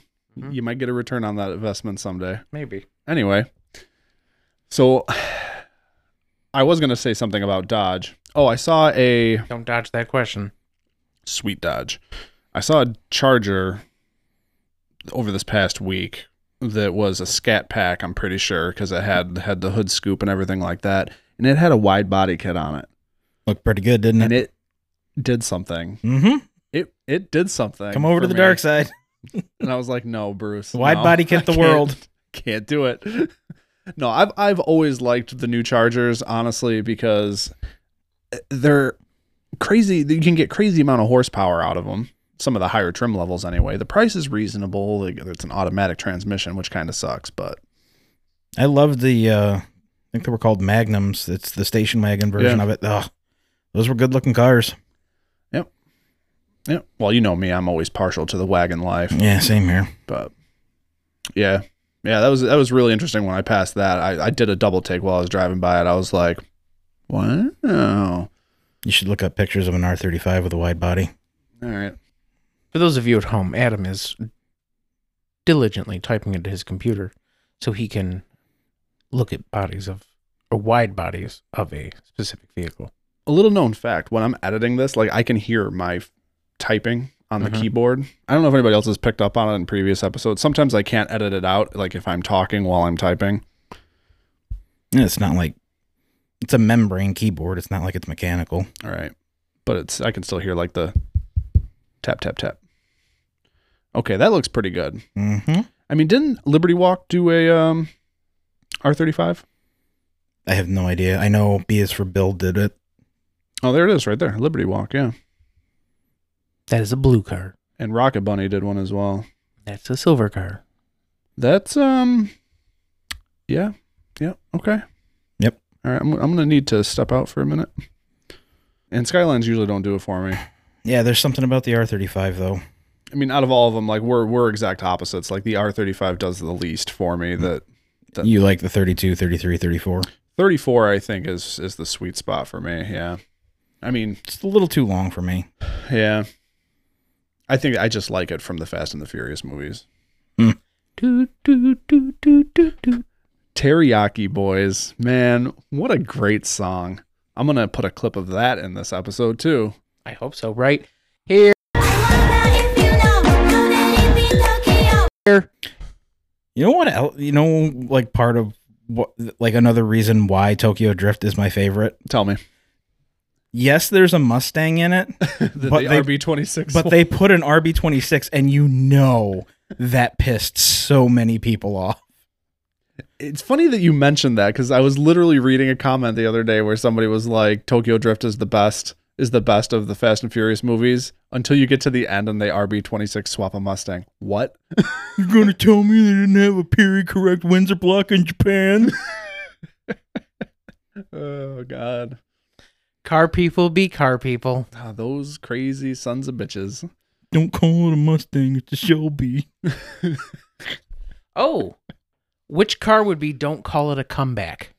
A: You might get a return on that investment someday.
C: Maybe.
A: Anyway, so (sighs) I was going to say something about Dodge. Oh, I saw a
C: Don't dodge that question.
A: sweet Dodge. I saw a Charger over this past week that was a scat pack, I'm pretty sure, because it had had the hood scoop and everything like that. And it had a wide body kit on it.
B: (laughs) looked pretty good, didn't
A: And
B: it?
A: it did something.
B: mm-hmm.
A: It it did something.
B: Come over
A: for
B: to the
A: me. (laughs)
B: dark side.
A: And I was like, no, Bruce.
B: Wide
A: no,
B: body kit
A: I
B: the
A: can't-
B: world.
A: (laughs) Can't do it. No, I've I've always liked the new Chargers, honestly, because they're crazy. You can get crazy amount of horsepower out of them. Some of the higher trim levels, anyway. The price is reasonable. Like, It's an automatic transmission, which kind of sucks, but
B: I love the. uh I think they were called Magnums. It's the station wagon version
A: Yeah.
B: of it. Ugh. Those were good looking cars.
A: yeah. Well, you know me, I'm always partial to the wagon life.
B: Yeah, same here.
A: but yeah yeah that was that was really interesting when i passed that i, I did a double take while i was driving by it i was like wow all
B: You should look up pictures of an R35 with a wide body.
A: right
C: For those of you at home, Adam is diligently typing into his computer so he can look at bodies of or wide bodies of a specific vehicle.
A: a little known fact when i'm editing this like i can hear my f- typing on the
C: Mhm.
A: keyboard i don't know if anybody else has picked up on it in previous episodes sometimes i can't edit it out like if i'm talking while i'm typing
B: Yeah, It's not like it's a membrane keyboard. It's not like it's mechanical.
A: all right but it's i can still hear like the tap tap tap okay that looks pretty good
B: Mm-hmm.
A: i mean didn't liberty walk do a um r35
B: I have no idea. I know B is for Bill did it.
A: Oh, there it is right there. Liberty Walk, yeah.
C: That is a blue car.
A: And Rocket Bunny did one as well.
C: That's a silver car.
A: That's um yeah. Yeah. Okay.
B: Yep.
A: All right. I'm, I'm going to need to step out for a minute. And Skylines usually don't do it for me.
B: Yeah, there's something about the R35 though.
A: I mean, out of all of them, like we're we're exact opposites. Like the R35 does the least for me. That That-
B: You like the 32, 33, 34.
A: 34 I think is is the sweet spot for me. Yeah. I mean,
B: It's a little too long for me.
A: yeah. I think I just like it from the Fast and the Furious movies.
C: Do, do, do, do, do, do.
A: Teriyaki Boys. Man, what a great song. I'm going to put a clip of that in this episode too.
C: I hope so, right? Here.
B: You know what? el- You know, like part of what, like another reason why Tokyo Drift is my favorite.
A: Tell me. (laughs)
B: Yes, there's a Mustang in it,
A: The, the
B: But they-
A: RB26.
B: but they put an RB26, and you know that pissed so many people off.
A: it's funny that you mentioned that because I was literally reading a comment the other day where somebody was like, Tokyo Drift is the best, is the best of the Fast and Furious movies until you get to the end and they RB26 swap a Mustang. What? (laughs)
B: You're gonna tell me they didn't have a period correct Windsor block in Japan?
A: Oh, God.
C: Car people be car people.
A: Ah, those crazy sons of bitches.
B: (laughs) Don't call it a Mustang; it's a Shelby.
C: Oh, which car would be Don't Call It a Comeback?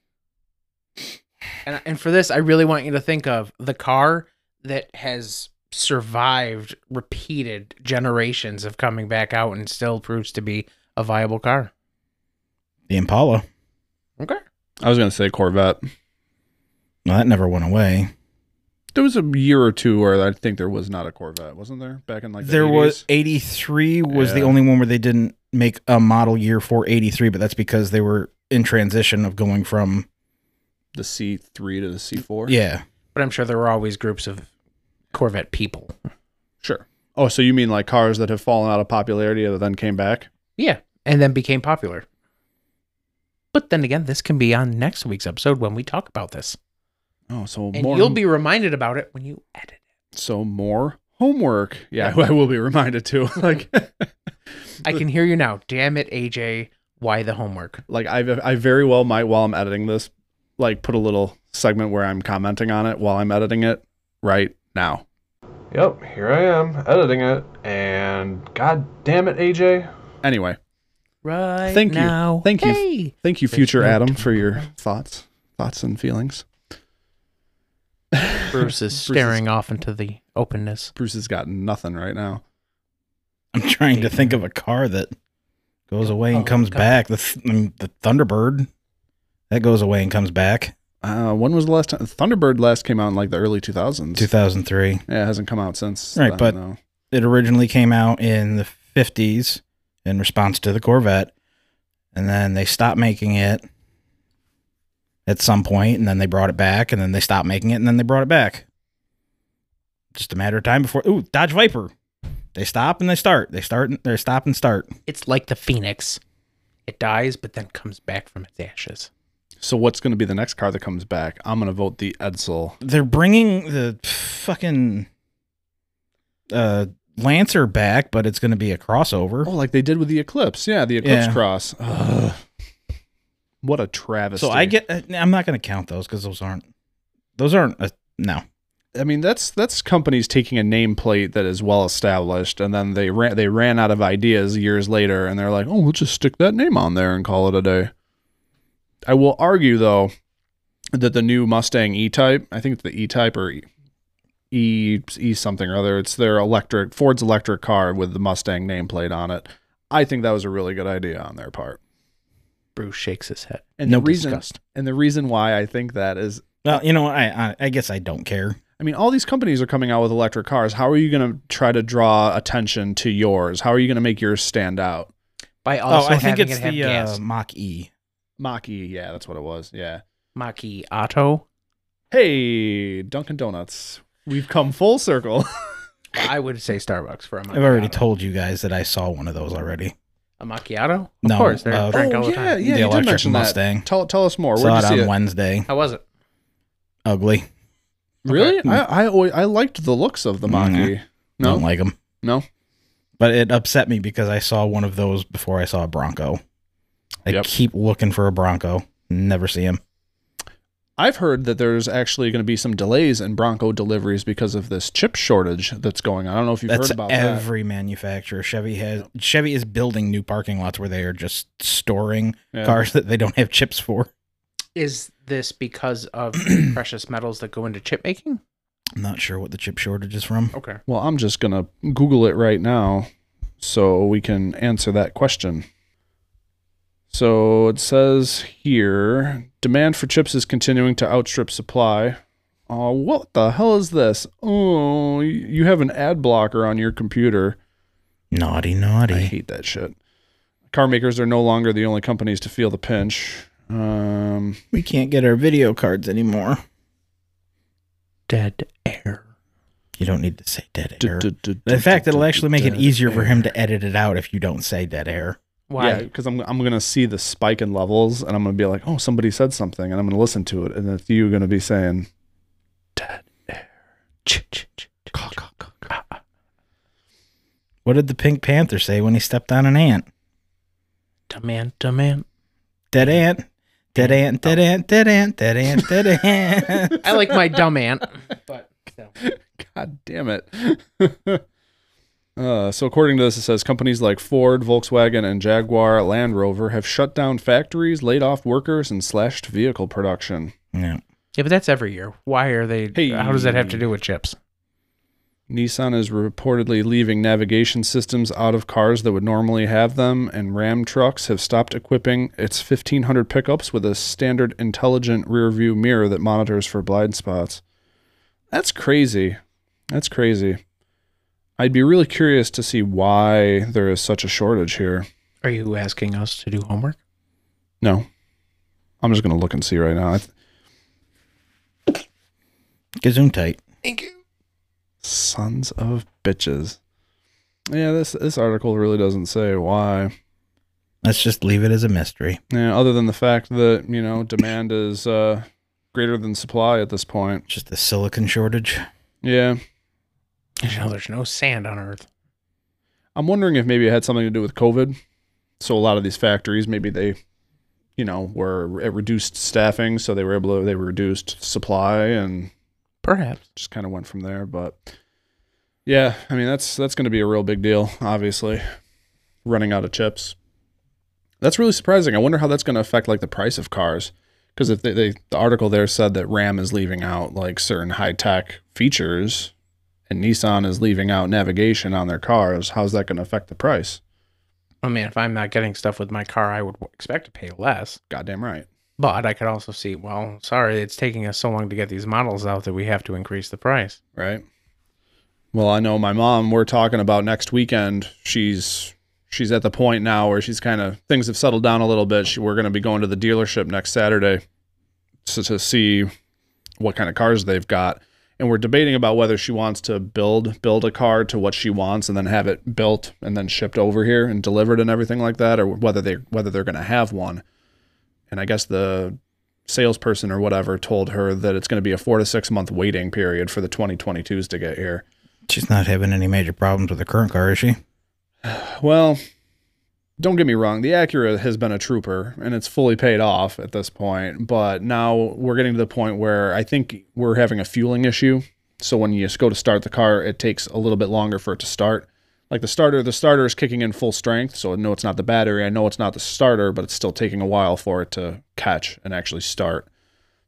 C: And, and for this, I really want you to think of the car that has survived repeated generations of coming back out and still proves to be a viable car.
B: The Impala.
C: Okay.
A: I was going to say Corvette.
B: Well, that never went away.
A: There was a year or two where I think there was not a Corvette, wasn't there? Back in like the
B: there
A: 80s?
B: was 83 was the
A: Yeah.
B: only one where they didn't make a model year for 83, but that's because they were in transition of going from
A: the C3 to the C4.
B: yeah.
C: But I'm sure there were always groups of Corvette people.
A: sure. Oh, so you mean like cars that have fallen out of popularity that then came back?
C: Yeah. And then became popular. But then again, this can be on next week's episode when we talk about this.
A: Oh, so
C: And
A: more
C: you'll be reminded about it when you edit it.
A: so more homework. Yeah, (laughs) I will be reminded too. (laughs) like
C: I can hear you now. Damn it, AJ. Why the homework?
A: like I I very well might while I'm editing this like put a little segment where I'm commenting on it while I'm editing it right now.
E: Yep, here I am editing it, and god damn it, AJ.
A: Anyway,
C: Right
A: Thank you.
C: now.
A: Thank you.
C: Hey.
A: thank you future
C: no
A: Adam for your thoughts, thoughts and feelings.
B: (laughs)
C: Bruce is staring off into the openness.
A: Bruce has got nothing right now.
B: I'm trying to think of a car that goes away and
C: Oh,
B: comes
C: God.
B: back. The th- I mean, the Thunderbird that goes away and comes back.
A: Uh, when was the last time Thunderbird last came out in like the early 2000s?
B: 2003.
A: Yeah, it hasn't come out since.
B: Right,
A: then,
B: but-
A: no.
B: It originally came out in the 50s in response to the Corvette, and then they stopped making it at some point, and then they brought it back, and then they stopped making it, and then they brought it back. Just a matter of time before. Ooh, Dodge Viper. They stop and they start. They start. and They stop and start.
C: It's like the phoenix. It dies, but then comes back from its ashes.
A: So what's going to be the next car that comes back? I'm going to vote the Edsel.
B: They're bringing the fucking uh, Lancer back, but it's going to be a crossover.
A: Oh, like they did with the Eclipse. Yeah, the Eclipse
B: Yeah.
A: Cross. Ugh. What a travesty.
B: So I get. uh, I'm not going to count those because those aren't. Those aren't. A, no.
A: I mean, that's that's companies taking a nameplate that is well established, and then they ran they ran out of ideas years later, and they're like, oh, we'll just stick that name on there and call it a day. I will argue though that the new Mustang E-Type, I think it's the E-Type or E E something or other, it's their electric Ford's electric car with the Mustang nameplate on it. I think that was a really good idea on their part.
C: Bruce shakes his head.
A: And
B: No
A: the reason
C: disgust.
A: and the reason why I think that is
B: Well, you know, I I, I guess I don't care.
A: I mean, all these companies are coming out with electric cars. How are you going to try to draw attention to yours? How are you going to make yours stand out?
C: By also
B: oh, I think
C: having
B: it's
C: it have
B: the
C: gas.
B: uh, Mach E.
A: Mach E, yeah, that's what it was. Yeah.
C: Maki Otto.
A: Hey, Dunkin' Donuts, we've come full circle.
C: I would say Starbucks for a macchiato.
B: I've already told you guys that I saw one of those already.
C: a macchiato. Of
B: No,
C: course, they're
A: (laughs)
B: uh,
C: drink all the
A: Oh, yeah,
C: time.
A: yeah,
B: The
A: you did
B: electric
A: mention
B: Mustang.
A: that. Tell, tell us more.
B: saw
A: Where'd
B: it
A: you see
B: on
A: it?
B: Wednesday.
C: How was it?
B: Ugly.
A: Really?
B: Mm.
A: I I, always, I liked the looks of the
B: Mm-hmm.
A: Mach E. No,
B: Don't like them.
A: no.
B: But it upset me because I saw one of those before I saw a Bronco. I
A: Yep.
B: keep looking for a Bronco. Never see him.
A: I've heard that there's actually going to be some delays in Bronco deliveries because of this chip shortage that's going on. I don't know if you've
B: That's
A: heard about that.
B: every manufacturer. Chevy has Chevy is building new parking lots where they are just storing
A: Yeah.
B: cars that they don't have chips for.
C: Is this
B: (clears throat)
C: because of precious metals that go into chip making?
B: I'm not sure what the chip shortage is from.
C: Okay.
A: Well, I'm just going to Google it right now so we can answer that question. So it says here demand for chips is continuing to outstrip supply. Oh, what the hell is this? Oh, you- you have an ad blocker on your computer.
B: Naughty,
A: I
B: naughty.
A: hate that shit. Car makers are no longer the only companies to feel the pinch. Um,
B: We can't get our video cards anymore.
C: Dead air.
B: You don't need to say dead
A: d-
B: air.
A: d- d-
B: In fact,
A: d-
B: it'll
A: d-
B: actually make it
A: dead
B: easier for him to edit it out if you don't say dead air.
C: Why?
A: Yeah, because I'm I'm gonna see the spike in levels, and I'm gonna be like, oh, somebody said something, and I'm gonna listen to it, and it's you gonna be saying,
C: Ch- ch- ch- ch- Ah,
B: What did the Pink Panther say when he stepped on an ant?
C: Demand, demand.
B: Dead ant. Dead ant, dead ant, dead ant, dead ant, dead ant. (laughs)
C: I like my dumb ant, but no.
A: God damn it. (laughs) Uh, so according to this, it says companies like Ford, Volkswagen, and Jaguar Land Rover have shut down factories, laid off workers, and slashed vehicle production.
B: yeah.
C: Yeah, but that's every year. Why are they?
A: Hey.
C: How does that have to do with chips?
A: Nissan is reportedly leaving navigation systems out of cars that would normally have them, and Ram trucks have stopped equipping its 1500 pickups with a standard intelligent rearview mirror that monitors for blind spots. That's crazy. That's crazy. I'd be really curious to see why there is such a shortage here.
C: Are you asking us to do homework?
A: No. I'm just going to look and see right now. I th-
B: Gesundheit.
C: Thank you.
A: Sons of bitches. Yeah, this this article really doesn't say why.
B: Let's just leave it as a mystery.
A: Yeah, other than the fact that, you know, demand is uh, greater than supply at this point.
B: Just the silicon shortage.
A: Yeah.
C: You know, there's no sand on Earth.
A: I'm wondering if maybe it had something to do with COVID. So a lot of these factories, maybe they, you know, were at reduced staffing. So they were able to, they reduced supply and
C: Perhaps.
A: just kind of went from there. But yeah, I mean, that's, that's going to be a real big deal, obviously. Running out of chips. That's really surprising. I wonder how that's going to affect like the price of cars. Because if they, they, the article there said that Ram is leaving out like certain high tech features, and Nissan is leaving out navigation on their cars, how's that going to affect the price?
C: I mean, if I'm not getting stuff with my car, I would expect to pay less.
A: Goddamn right.
C: But I could also see, well, sorry, it's taking us so long to get these models out that we have to increase the price.
A: right? Well, I know my mom. We're talking about next weekend. She's she's at the point now where she's kind of things have settled down a little bit. She, we're going to be going to the dealership next Saturday to, to see what kind of cars they've got, and we're debating about whether she wants to build build a car to what she wants and then have it built and then shipped over here and delivered and everything like that, or whether they whether they're going to have one. And I guess the salesperson or whatever told her that it's going to be a four to six month waiting period for the 2022s to get here.
B: She's not having any major problems with her current car, is she?
A: Well, don't get me wrong, the Acura has been a trooper and it's fully paid off at this point, but now we're getting to the point where I think we're having a fueling issue. So when you go to start the car, it takes a little bit longer for it to start. Like the starter, the starter is kicking in full strength, so I know it's not the battery, I know it's not the starter, but it's still taking a while for it to catch and actually start.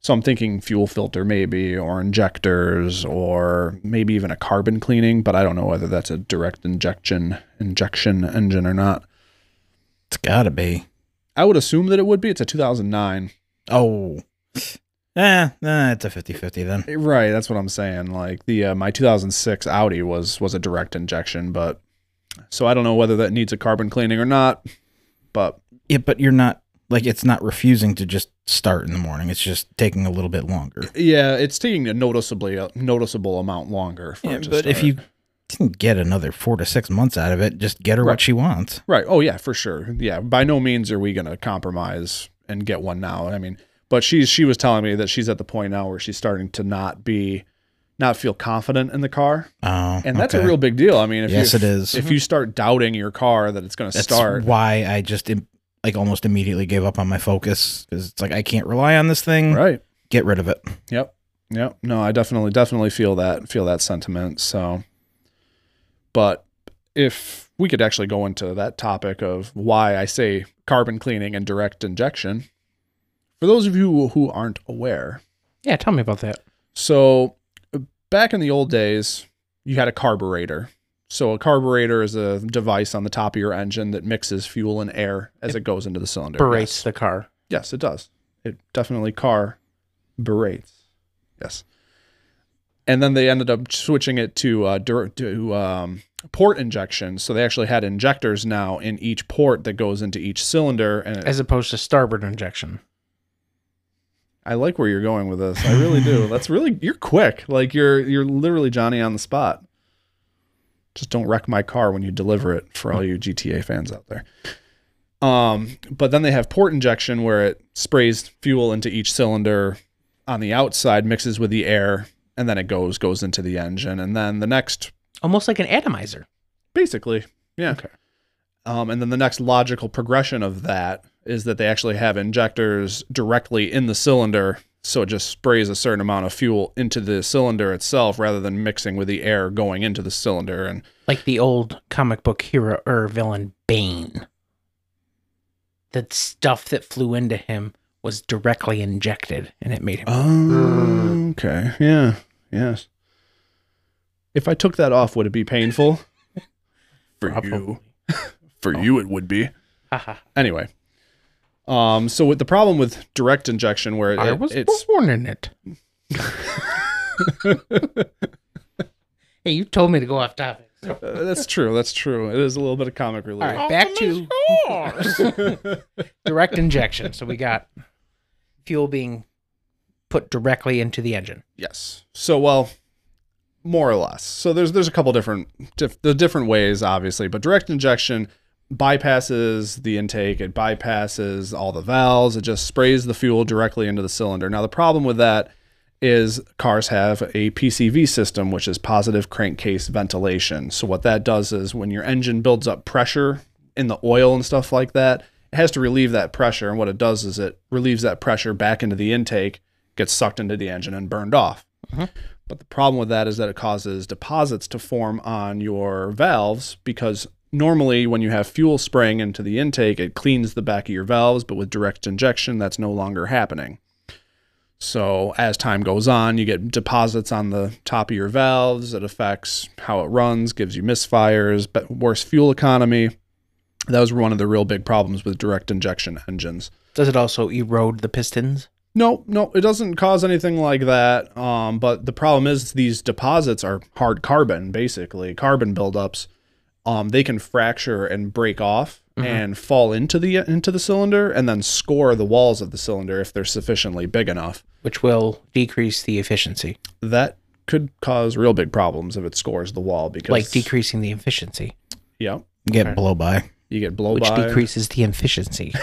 A: So I'm thinking fuel filter maybe or injectors or maybe even a carbon cleaning, but I don't know whether that's a direct injection injection engine or not.
B: It's gotta be.
A: I would assume that it would be. It's a 2009.
B: Oh. Eh, nah, it's a 50 50 then.
A: Right, that's what I'm saying. Like the uh, my 2006 Audi was was a direct injection, but so I don't know whether that needs a carbon cleaning or not, but
B: Yeah, but you're not, like, it's not refusing to just start in the morning. It's just taking a little bit longer.
A: yeah, it's taking a noticeably a noticeable amount longer for it to
B: but if
A: start.
B: you didn't get another four to six months out of it, just get her what she wants.
A: Right. Oh yeah, for sure. Yeah. By no means are we gonna compromise and get one now. I mean, but she's she was telling me that she's at the point now where she's starting to not be not feel confident in the car.
B: Oh,
A: And that's
B: okay.
A: a real big deal. I mean, if
B: Yes,
A: you,
B: it is.
A: If you start doubting your car that it's going to
B: That's
A: start,
B: why I just im- like almost immediately gave up on my focus because it's like I can't rely on this thing.
A: right?
B: Get rid of it.
A: Yep. Yep. No, I definitely definitely feel that feel that sentiment. So but if we could actually go into that topic of why I say carbon cleaning and direct injection, for those of you who aren't aware,
C: Yeah, tell me about that.
A: so back in the old days, you had a carburetor. So a carburetor is a device on the top of your engine that mixes fuel and air as it, goes into the cylinder.
C: Berates
A: Yes.
C: the car.
A: Yes, it does. It definitely car berates. Yes. And then they ended up switching it to uh, dir- to um, port injection. So they actually had injectors now in each port that goes into each cylinder. And it,
C: As opposed to starboard injection.
A: I like where you're going with this. I really do. That's really you're quick. Like you're you're literally Johnny on the spot. Just don't wreck my car when you deliver it for all you GTA fans out there. Um, but then they have port injection where it sprays fuel into each cylinder on the outside, mixes with the air, and then it goes goes into the engine. And then the next
C: Almost like an atomizer.
A: basically yeah okay um, and then the next logical progression of that is that they actually have injectors directly in the cylinder so it just sprays a certain amount of fuel into the cylinder itself rather than mixing with the air going into the cylinder and
C: Like the old comic book hero or villain Bane. That stuff that flew into him was directly injected, and it made him.
A: Oh, okay. Yeah. Yes. If I took that off, would it be painful? For you. (laughs) For you, it would be. anyway. Um, so with the problem with direct injection where
C: I
A: it-
C: was
A: it's
C: born in it. hey, you told me to go off topic.
A: uh, that's true, that's true. It is a little bit of comic relief.
C: All right, back to (laughs) direct injection. So we got fuel being put directly into the engine.
A: Yes. So well, more or less. So there's there's a couple different diff, the different ways obviously, but direct injection bypasses the intake, it bypasses all the valves, it just sprays the fuel directly into the cylinder. Now the problem with that is cars have a PCV system which is positive crankcase ventilation. So what that does is when your engine builds up pressure in the oil and stuff like that, it has to relieve that pressure and what it does is it relieves that pressure back into the intake, gets sucked into the engine and burned off. But the problem with that is that it causes deposits to form on your valves because normally when you have fuel spraying into the intake, it cleans the back of your valves, but with direct injection, that's no longer happening. So as time goes on, you get deposits on the top of your valves. It affects how it runs, gives you misfires, but worse fuel economy. That was one of the real big problems with direct injection engines.
C: Does it also erode the pistons?
A: No, no, it doesn't cause anything like that. Um, but the problem is these deposits are hard carbon, basically carbon buildups. Um, they can fracture and break off and fall into the into the cylinder and then score the walls of the cylinder if they're sufficiently big enough.
C: Which will decrease the efficiency,
A: That could cause real big problems if it scores the wall because
C: like decreasing the efficiency,
A: Yeah,
B: Get blow by.
A: you get blow
C: which
A: by
C: decreases the efficiency.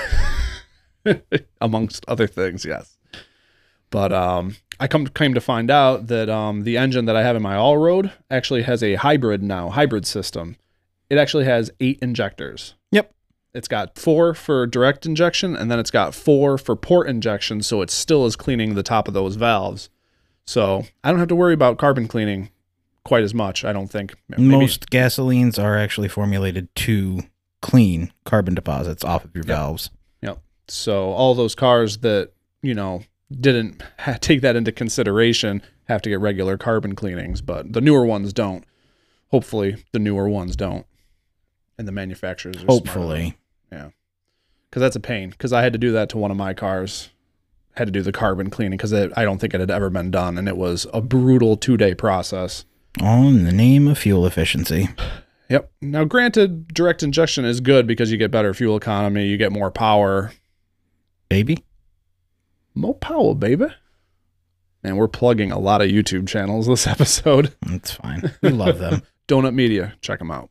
A: amongst other things. Yes, but um, I come came to find out that um, the engine that I have in my all road actually has a hybrid now hybrid system. It actually has eight injectors.
B: Yep.
A: It's got four for direct injection, and then it's got four for port injection. So it still is cleaning the top of those valves. So I don't have to worry about carbon cleaning quite as much. I don't think. Maybe-
B: Most gasolines are actually formulated to clean carbon deposits off of your valves.
A: Yep. So all those cars that you know didn't (laughs) ha- take that into consideration have to get regular carbon cleanings, but the newer ones don't. Hopefully, the newer ones don't, and the manufacturers. Are
B: Hopefully.
A: because that's a pain. Because I had to do that to one of my cars. Had to do the carbon cleaning because I don't think it had ever been done, and it was a brutal two day process.
B: All in the name of fuel efficiency.
A: Yep. Now, granted, direct injection is good because you get better fuel economy, you get more power,
B: Baby.
A: Mo Powell, baby. And we're plugging a lot of YouTube channels this (laughs) episode.
B: That's fine. We love them.
A: Donut Media, check them out.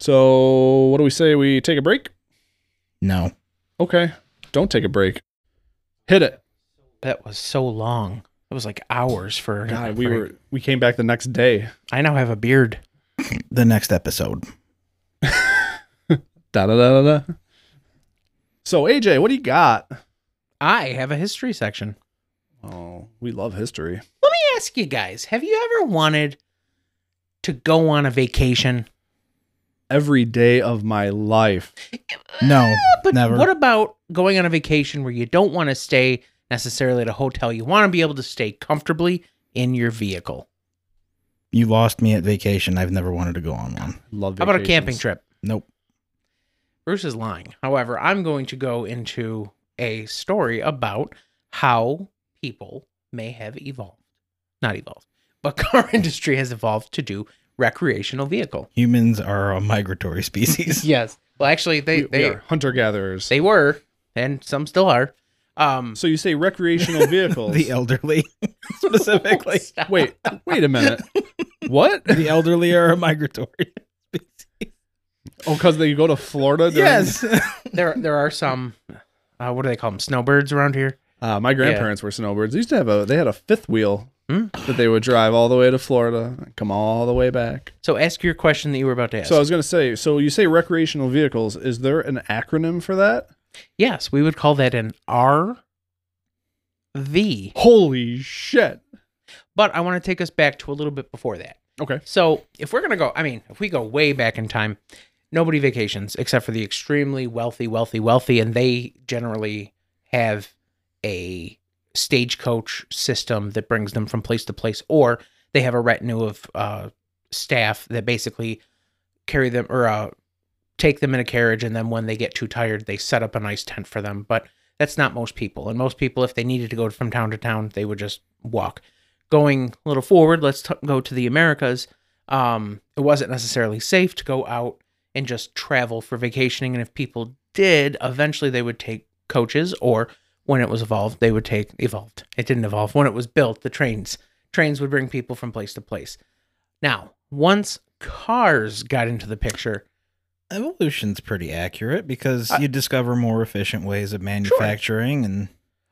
A: So, what do we say? We take a break?
B: No.
A: Okay. Don't take a break. Hit it.
C: (laughs) that was so long. That was like hours for.
A: God, we were we came back the next day.
C: I now have a beard.
B: The next episode.
A: Da da da da da. So, AJ, what do you got?
C: I have a history section.
A: Oh, we love history.
C: Let me ask you guys: Have you ever wanted to go on a vacation?
A: Every day of my life.
B: No.
C: Ah, But
B: never.
C: what about going on a vacation where you don't want to stay necessarily at a hotel? You want to be able to stay comfortably in your vehicle.
B: you lost me at vacation. I've never wanted to go on one.
A: Love
C: How about a
A: vacations.
C: camping trip?
B: Nope.
C: Bruce is lying. However, I'm going to go into a story about how people may have evolved. Not evolved, but (laughs) car industry has evolved to do recreational vehicle.
B: Humans are a migratory (laughs)
C: (laughs)
B: species.
C: Yes. Well, actually, they
A: We, we
C: they
A: are hunter gatherers.
C: they were, and some still are. Um,
A: So, you say (laughs) recreational vehicles.
B: The
C: (laughs)
B: elderly, specifically.
A: wait, wait a minute. What?
B: the elderly are a migratory.
A: Oh, because they go to Florida. During,
B: (laughs)
C: (laughs)
B: yes.
C: there there are some. Uh, what do they call them? Snowbirds around here.
A: Uh, my grandparents were snowbirds. They used to have a. They had a fifth wheel
C: Hmm?
A: that they would drive all the way to Florida, and come all the way back.
C: So ask your question that you were about to ask.
A: So I was gonna say. So you say recreational vehicles? Is there an acronym for that?
C: yes, we would call that an RV.
A: Holy shit!
C: But I want to take us back to a little bit before that.
A: Okay.
C: So if we're gonna go, I mean, if we go way back in time, nobody vacations except for the extremely wealthy, wealthy, wealthy, and they generally have a stagecoach system that brings them from place to place, or they have a retinue of uh, staff that basically carry them or uh, take them in a carriage, and then when they get too tired, they set up a nice tent for them. But that's not most people, and most people, if they needed to go from town to town, they would just walk. Going a little forward, let's t- go to the Americas. Um, it wasn't necessarily safe to go out and just travel for vacationing. And if people did, eventually they would take coaches, or when it was evolved, they would take evolved. It didn't evolve. When it was built, the trains trains would bring people from place to place. Now, once cars got into the picture,
B: (laughs) Evolution's pretty accurate because
C: I-
B: you discover more efficient ways of manufacturing and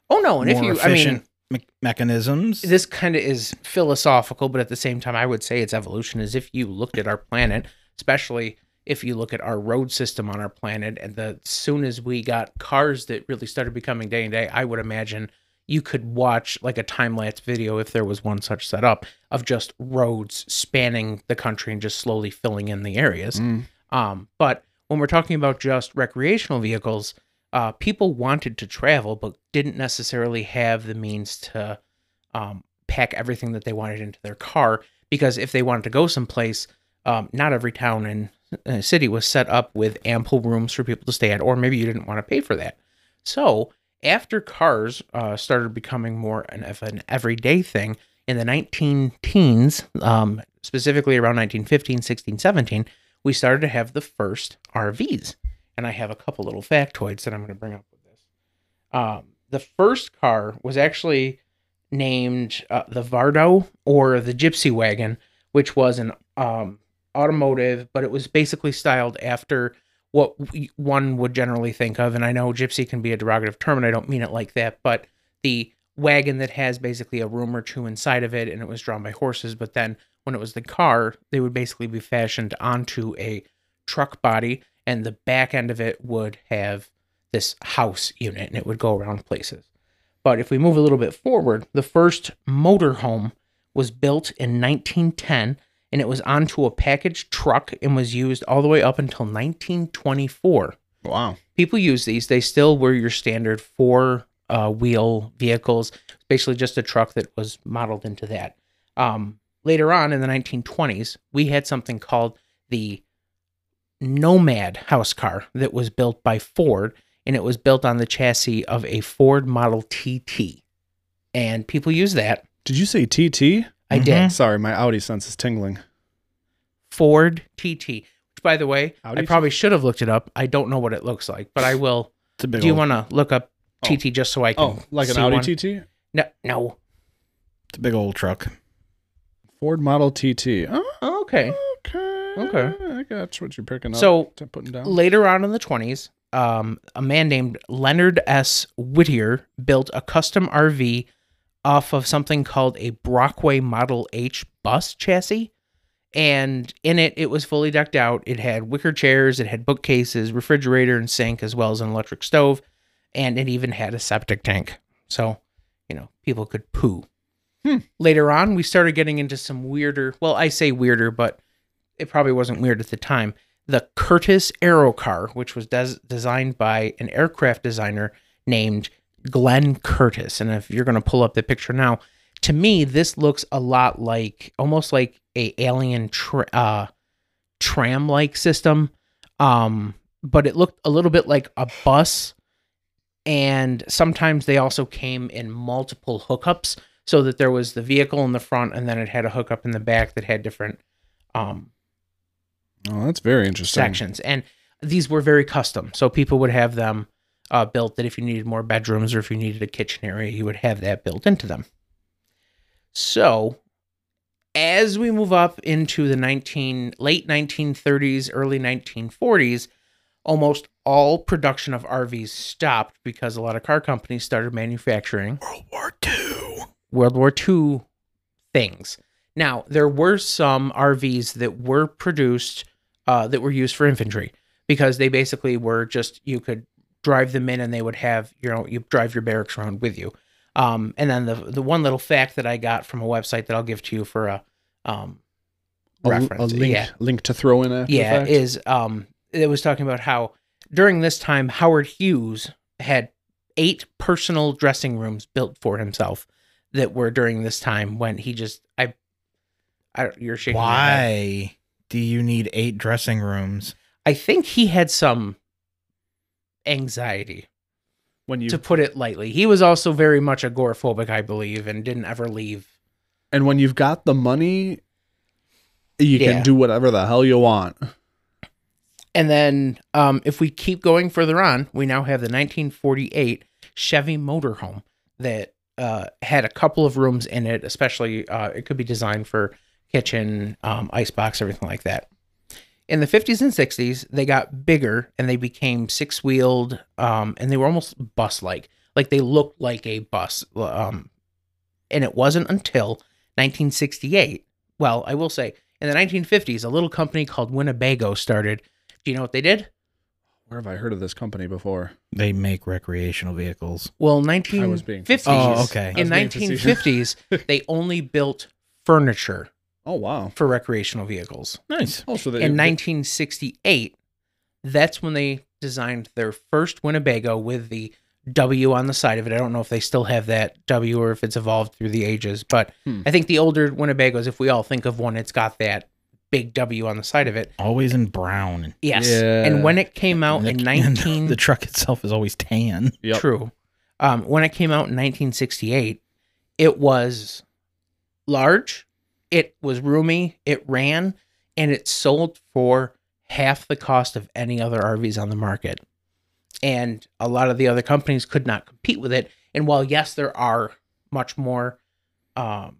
C: oh no! And if
B: more
C: you, I mean,
B: efficient me- mechanisms.
C: this kind of is philosophical, but at the same time, I would say it's evolution. Is if you looked at our planet, especially if you look at our road system on our planet, and the soon as we got cars that really started becoming day and day, I would imagine you could watch like a time lapse video if there was one such set up of just roads spanning the country and just slowly filling in the areas.
A: Mm.
C: Um, but when we're talking about just recreational vehicles, uh, people wanted to travel but didn't necessarily have the means to um, pack everything that they wanted into their car because if they wanted to go someplace, um, not every town and uh, city was set up with ample rooms for people to stay at, or maybe you didn't want to pay for that. So after cars uh, started becoming more an, of an everyday thing in the 19 teens, um, specifically around 1915, 16, 17, we started to have the first RVs. And I have a couple little factoids that I'm going to bring up with this. Um, the first car was actually named uh, the Vardo or the Gypsy Wagon, which was an um, automotive, but it was basically styled after what we, one would generally think of. And I know Gypsy can be a derogative term, and I don't mean it like that, but the wagon that has basically a room or two inside of it, and it was drawn by horses. But then when it was the car, they would basically be fashioned onto a truck body, and the back end of it would have this house unit, and it would go around places. But if we move a little bit forward, the first motorhome was built in 1910 and it was onto a package truck and was used all the way up until 1924
A: Wow.
C: people use these. They still were your standard four uh, wheel vehicles, basically just a truck that was modeled into that. Um, later on in the 1920s, we had something called the Nomad house car that was built by Ford, and it was built on the chassis of a Ford Model TT. And people use that.
A: Did you say TT?
C: I did.
A: Sorry, my Audi sense is tingling.
C: Ford TT. Which, by the way,
A: How do
C: I
A: you-
C: probably should have looked it up. I don't know what it looks like, but I will.
B: It's a big
C: Do you
B: old-
C: want to look up
A: Oh.
C: TT just so I can?
A: Oh, like an
C: see
A: Audi
C: one?
A: TT?
C: No, no.
B: It's a big old truck.
A: Ford Model TT. Oh,
C: Oh, okay.
A: okay.
C: Okay.
A: I got what you're picking up.
C: So-
A: to putting down.
C: Later on in the 20s, um, a man named Leonard S. Whittier built a custom RV off of something called a Brockway Model H bus chassis. And in it, it was fully decked out. It had wicker chairs, it had bookcases, refrigerator, and sink, as well as an electric stove. And it even had a septic tank. So, you know, people could poo. Later on, we started getting into some weirder, well, I say weirder, but it probably wasn't weird at the time. The Curtis Aero Car, which was des- designed by an aircraft designer named Glenn Curtis. And if you're going to pull up the picture now, to me, this looks a lot like almost like a alien tra- uh, tram like system. Um, but it looked a little bit like a bus. And sometimes they also came in multiple hookups so that there was the vehicle in the front and then it had a hookup in the back that had different um,
A: oh, that's very interesting.
C: sections. And these were very custom. So people would have them uh, built that if you needed more bedrooms or if you needed a kitchen area, you would have that built into them. So as we move up into the 19 late 1930s, early 1940s, almost all production of RVs stopped because a lot of car companies started manufacturing
B: World War II.
C: World War II things. Now, there were some RVs that were produced uh, that were used for infantry because they basically were just you could drive them in and they would have you know you drive your barracks around with you. Um, and then the the one little fact that I got from a website that I'll give to you for a um,
A: A, a
C: reference,
A: link,
C: yeah,
A: link to throw in after
C: yeah,
A: the fact.
C: is um, it was talking about how during this time Howard Hughes had eight personal dressing rooms built for himself that were during this time when he just I I don't you're shaking. your head.
B: Why do you need eight dressing rooms?
C: I think he had some anxiety
A: When you
C: to put it lightly. He was also very much agoraphobic, I believe, and didn't ever leave.
A: and when you've got the money, you
C: Yeah.
A: can do whatever the hell you want.
C: And then um, if we keep going further on, we now have the 1948 Chevy motorhome that uh, had a couple of rooms in it, especially uh, it could be designed for kitchen, um, icebox, everything like that. In the 50s and 60s, they got bigger and they became six wheeled um, and they were almost bus like. Like they looked like a bus. Um, and it wasn't until 1968. Well, I will say, in the 1950s, a little company called Winnebago started do you know what they did?
A: Where have I heard of this company before?
B: They make recreational vehicles.
C: Well,
A: I was being
C: 1950s.
B: facetious. Oh, okay.
A: I was
C: In
A: being
C: 1950s,
A: facetious.
C: they only built furniture
A: Oh wow!
C: for recreational vehicles.
B: Nice.
A: Oh, so they,
C: In 1968, that's when they designed their first Winnebago with the W on the side of it. I don't know if they still have that W or if it's evolved through the ages, but
A: Hmm.
C: I think the older Winnebagos, if we all think of one, it's got that big W on the side of it.
B: Always in brown.
C: Yes.
A: Yeah.
C: And when it came out
B: (laughs) And
C: in
B: the- and
A: (laughs)
C: 19
B: the truck itself is always tan.
A: Yep.
C: True. Um, when it came out in 1968, it was large, it was roomy, it ran, and it sold for half the cost of any other RVs on the market. And a lot of the other companies could not compete with it. And while, yes, there are much more um,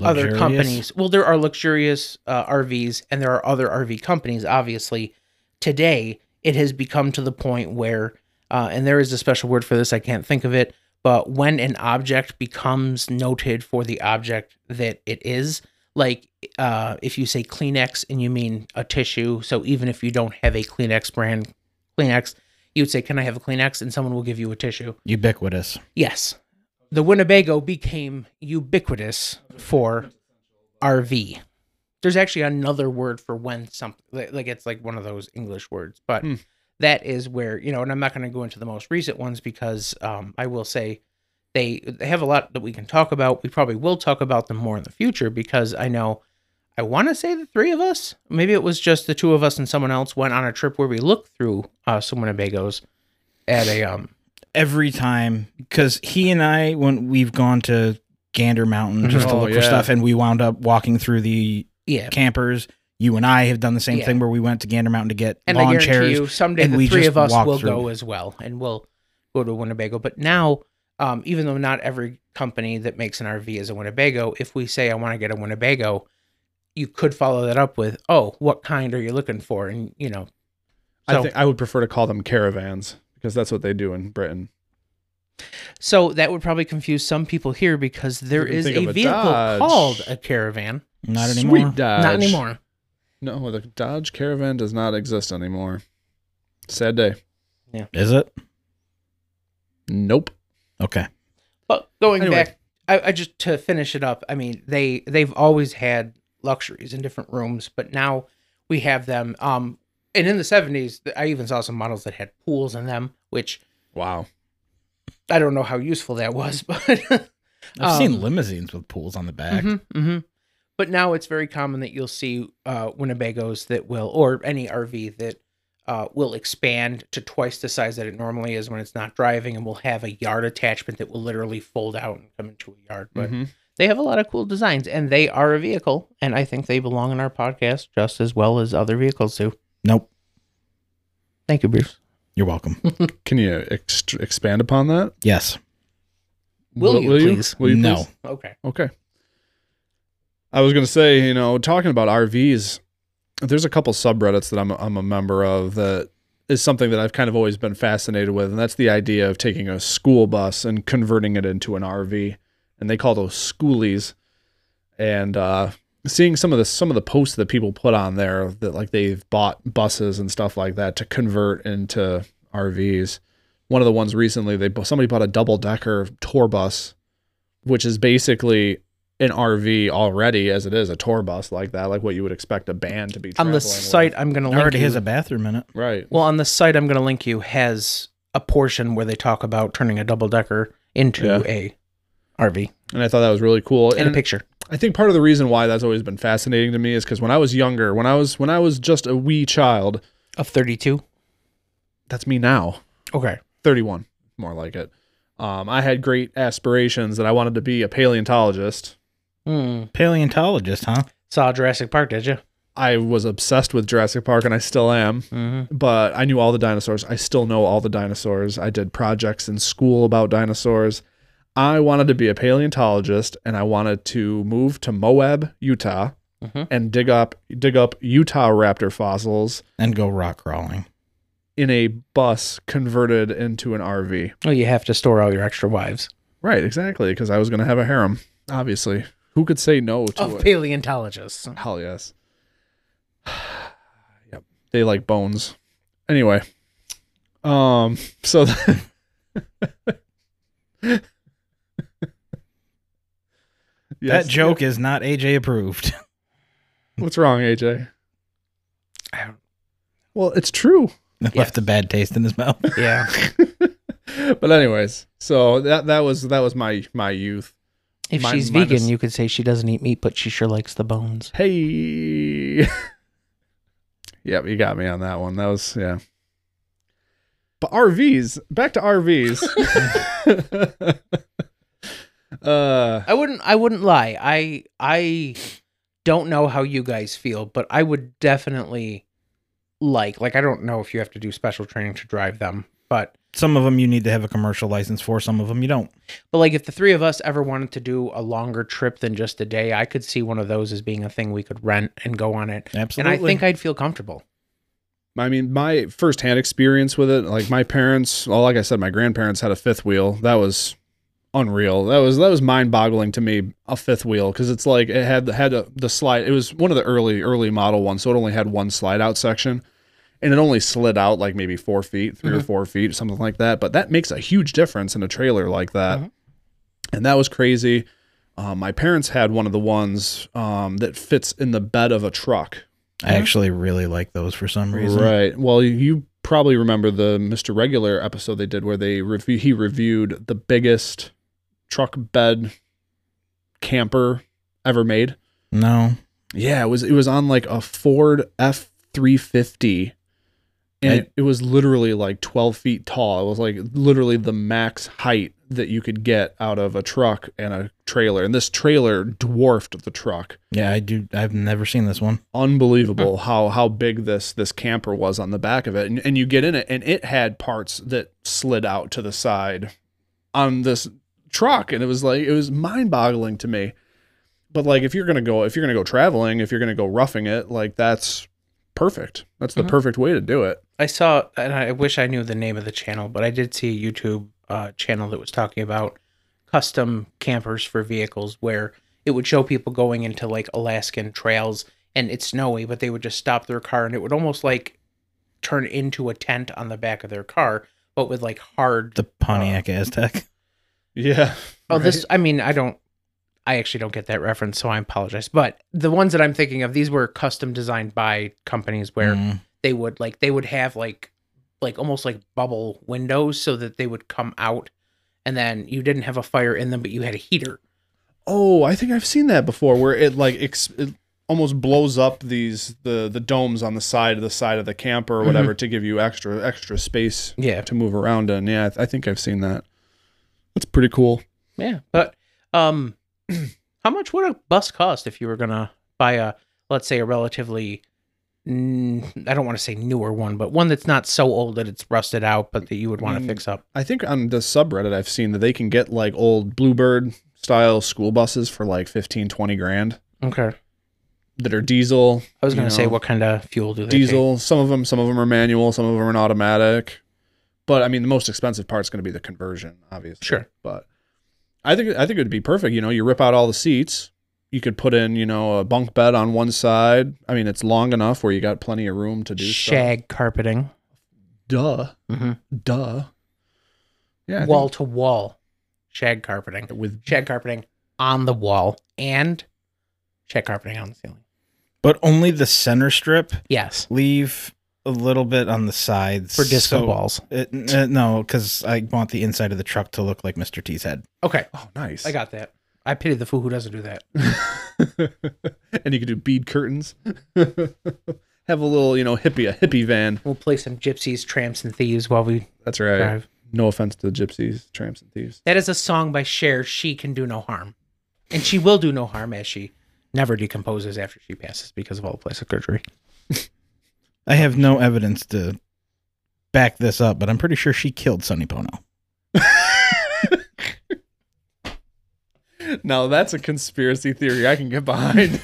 C: other
B: Luxurious.
C: companies. Well, there are luxurious uh, RVs and there are other RV companies, obviously. Today, it has become to the point where, uh, and there is a special word for this, I can't think of it, but when an object becomes noted for the object that it is, like uh, if you say Kleenex and you mean a tissue, so even if you don't have a Kleenex brand, Kleenex, you would say, Can I have a Kleenex? And someone will give you a tissue.
B: Ubiquitous.
C: Yes. The Winnebago became ubiquitous for RV. There's actually another word for when something like like it's like one of those English words, but
A: Hmm.
C: that is where, you know, and I'm not going to go into the most recent ones because um, I will say they, they have a lot that we can talk about. We probably will talk about them more in the future because I know I want to say the three of us, maybe it was just the two of us and someone else went on a trip where we looked through uh, some Winnebagos at a um,
B: Every time, because he and I, when we've gone to Gander Mountain just to
C: Mm-hmm.
A: Mhm. Oh,
B: look for
A: yeah.
B: stuff, and we wound up walking through the
C: yeah,
B: campers. You and I have done the same
C: Yeah.
B: thing where we went to Gander Mountain to get
C: And I
B: lawn
C: guarantee
B: chairs.
C: you, someday
B: and
C: the
B: we
C: three
B: just
C: of us
B: walk
C: will
B: through.
C: go as well, and we'll go to Winnebago. But now, um, even though not every company that makes an RV is a Winnebago, if we say I want to get a Winnebago, you could follow that up with, "Oh, what kind are you looking for?" And you know,
A: I think I would prefer to call them caravans because that's what they do in Britain.
C: so that would probably confuse some people here because there
A: can
C: is
A: think
C: a
A: of a
C: vehicle
A: Dodge.
C: called a caravan,
B: Not anymore.
A: Sweet Dodge.
C: not anymore.
A: No, the Dodge Caravan does not exist anymore. Sad day.
B: Is it?
A: Nope.
B: Okay.
C: But going
A: Anyway.
C: back, I, I just to finish it up. I mean, they they've always had luxuries in different rooms, but now we have them. Um, and in the seventies, I even saw some models that had pools in them, which
A: Wow.
C: I don't know how useful that was, (laughs) but
B: I've
C: Um,
B: seen limousines with pools on the back.
C: Mhm, mhm. But now it's very common that you'll see uh, Winnebagoes that will, or any RV that uh, will expand to twice the size that it normally is when it's not driving, and will have a yard attachment that will literally fold out and come into a yard. But
A: Mhm.
C: they have a lot of cool designs and they are a vehicle and i think they belong in our podcast just as well as other vehicles do
B: Nope.
C: thank you bruce
B: You're
C: (laughs)
B: welcome.
A: Can you ext- expand upon that?
B: yes.
C: Will you please?
A: Will you
B: no.
A: please?
C: okay
A: Okay. I was gonna say, you know, talking about RVs, there's a couple subreddits that I'm I'm a member of that is something that I've kind of always been fascinated with, and that's the idea of taking a school bus and converting it into an RV, and they call those schoolies. And uh, seeing some of the some of the posts that people put on there that like they've bought buses and stuff like that to convert into RVs. One of the ones recently, they bu- somebody bought a double decker tour bus which is basically an RV already as it is a tour bus like that, like what you would expect a band to be.
C: on
A: traveling
C: the
A: with.
C: site i'm gonna link
B: Already
C: you
B: has a bathroom in it.
A: right?
C: well on the site i'm gonna link you has a portion where they talk about turning a double decker into
A: Yeah.
C: a RV
A: And I thought that was really cool.
C: in a
A: And
C: picture.
A: I think part of the reason why that's always been fascinating to me is because when I was younger, when I was when I was just a wee child,
C: Of 32.
A: that's me now.
C: Okay.
A: 31 more like it um, i had great aspirations that i wanted to be a paleontologist
C: Hmm.
B: Paleontologist, huh?
C: Saw Jurassic Park, did you?
A: i was obsessed with jurassic park and i still am
C: Mm-hmm.
A: but i knew all the dinosaurs i still know all the dinosaurs i did projects in school about dinosaurs i wanted to be a paleontologist and i wanted to move to moab utah
C: Mhm.
A: and dig up dig up utah raptor fossils
B: And go rock crawling.
A: in a bus converted into an rv
C: Well, Oh, you have to store all your extra wives.
A: right exactly because i was going to have a harem obviously who could say no to
C: Of
A: it?
C: paleontologists.
A: Hell yes. (sighs) yep. They like bones. Anyway. Um so (laughs) th- Yes.
B: that joke is not AJ approved.
A: What's wrong, AJ?
C: I don't-
A: Well, it's true.
B: It
C: Yes.
B: Left a bad taste in his mouth. (laughs)
C: Yeah.
A: But anyways, so that that was that was my my youth.
C: If
A: Mine-
C: she's
A: mine
C: vegan,
A: is-
C: you could say she doesn't eat meat, but she sure likes the bones.
A: Hey. (laughs) yep, you got me on that one. That was yeah. But RVs, back to RVs. (laughs) uh
C: I wouldn't. I wouldn't lie. I I don't know how you guys feel, but I would definitely like. Like I don't know if you have to do special training to drive them, but
B: Some of them you need to have a commercial license for, some of them you don't.
C: but like if the three of us ever wanted to do a longer trip than just a day, I could see one of those as being a thing we could rent and go on it.
B: Absolutely.
C: And I think I'd feel comfortable.
A: I mean, my firsthand experience with it, like my parents, well, like I said, my grandparents had a fifth wheel. That was unreal. That was that was mind boggling to me. A fifth wheel because it's like it had had a, the slide. It was one of the early early model ones, so it only had one slide out section, and it only slid out like maybe four feet, 3 or four feet, something like that. But that makes a huge difference in a trailer like that, and that was crazy. Um, my parents had one of the ones um, that fits in the bed of a truck.
B: I actually really like those for some reason.
A: Right. Well, you- you probably remember the Mr. Regular episode they did where they review he reviewed the biggest truck bed camper ever made.
B: No.
A: Yeah, it was it was on like a Ford F three fifty. And
B: I-
A: it, it was literally like twelve feet tall. It was like literally the max height that you could get out of a truck and a trailer. And this trailer dwarfed the truck
B: Yeah, I do. I've never seen this one.
A: unbelievable how how big this this camper was on the back of it and, and you get in it and it had parts that slid out to the side on this truck and it was like it was mind-boggling to me but like if you're gonna go if you're gonna go traveling if you're gonna go roughing it like that's perfect that's the
C: Mhm.
A: perfect way to do it
C: I saw, and I wish I knew the name of the channel, but I did see a YouTube uh, channel that was talking about custom campers for vehicles where it would show people going into like Alaskan trails and it's snowy, but they would just stop their car and it would almost like turn into a tent on the back of their car, but with like hard.
B: The Pontiac Aztec.
A: yeah
C: oh, this,
A: right?
C: I mean, I don't, I actually don't get that reference, so I apologize. But the ones that I'm thinking of, these were custom designed by companies where
B: Mm.
C: they would like they would have like like almost like bubble windows so that they would come out and then you didn't have a fire in them but you had a heater
A: oh i think i've seen that before where it like ex- it almost blows up these the the domes on the side of the side of the camper or whatever to give you extra extra space
C: yeah
A: to move around in. Yeah, I, th- I think I've seen that. That's pretty cool.
C: yeah but um (clears throat) how much would a bus cost if you were gonna buy a let's say a relatively mm, i don't want to say newer one but one that's not so old that it's rusted out but that you would want to
A: Mm.
C: fix up
A: I think on the subreddit I've seen that they can get like old Bluebird style school buses for like 15, 20 grand
C: okay
A: that are diesel,
C: i was
A: You
C: gonna say
A: know,
C: what kind of fuel do they take?
A: diesel. Some of them, some of them are manual, some of them are automatic. But I mean, the most expensive part's going to be the conversion, obviously.
C: Sure.
A: But I think I think it would be perfect. You know, you rip out all the seats. You could put in, you know, a bunk bed on one side. I mean, it's long enough where you got plenty of room to do stuff. Mm-hmm.
C: shag carpeting
A: Duh,
C: Mhm.
A: duh. Yeah. I think-
C: wall to wall shag carpeting
A: with
C: shag carpeting on the wall and shag carpeting on the ceiling.
B: But only the center strip
C: Yes.
B: leave a little bit on the sides
C: for disco
B: so-
C: balls.
B: It, n- no, because I want the inside of the truck to look like Mr. T's head.
C: Okay,
A: Oh, nice.
C: I got that. I pity the fool who doesn't do that.
A: (laughs) and you could do bead curtains. (laughs) Have a little, you know, hippie a hippie van.
C: We'll play some gypsies, tramps, and thieves while we
A: That's right.
C: drive.
A: No offense to the gypsies, tramps, and thieves.
C: That is a song by Cher. She can do no harm, and she will do no harm as she never decomposes after she passes because of all the plastic surgery.
B: I have no evidence to back this up, but I'm pretty sure she killed Sonny Bono.
A: Now that's a conspiracy theory I can get (laughs) behind.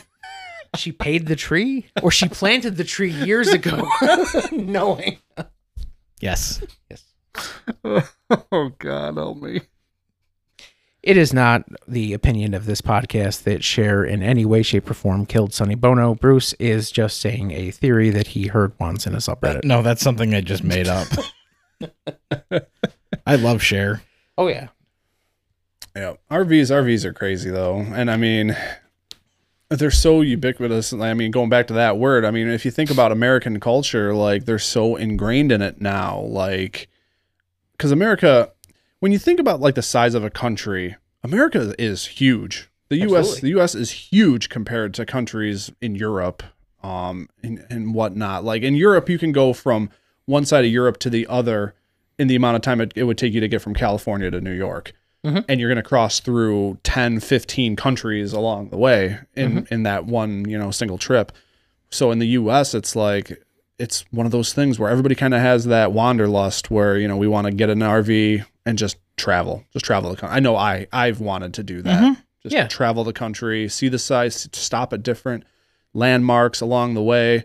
C: She paid the tree, or she planted the tree years ago, (laughs) knowing.
B: Yes.
C: Yes.
A: oh God, help me.
C: It is not the opinion of this podcast that Cher in any way, shape, or form killed Sonny Bono. Bruce is just saying a theory that he heard once in a subreddit.
B: No, that's something I just
A: (laughs)
B: made up. I love Cher.
C: Oh, yeah.
A: Yeah, RVs, RVs are crazy though, and I mean, they're so ubiquitous. and, I mean, going back to that word, I mean, if you think about American culture, like they're so ingrained in it now, like because America, when you think about like the size of a country, America is huge. The U.S.
C: Absolutely.
A: the U.S. is huge compared to countries in Europe, um, and, and whatnot. Like in Europe, you can go from one side of Europe to the other in the amount of time it, it would take you to get from California to New York. And you're going to cross through 10, 15 countries along the way in, in that one, you know, single trip. So in the US, it's like, it's one of those things where everybody kind of has that wanderlust where, you know, we want to get an RV and just travel, just travel the country. I know I, I've wanted to do that. Just
C: Yeah.
A: travel the country, see the sights, stop at different landmarks along the way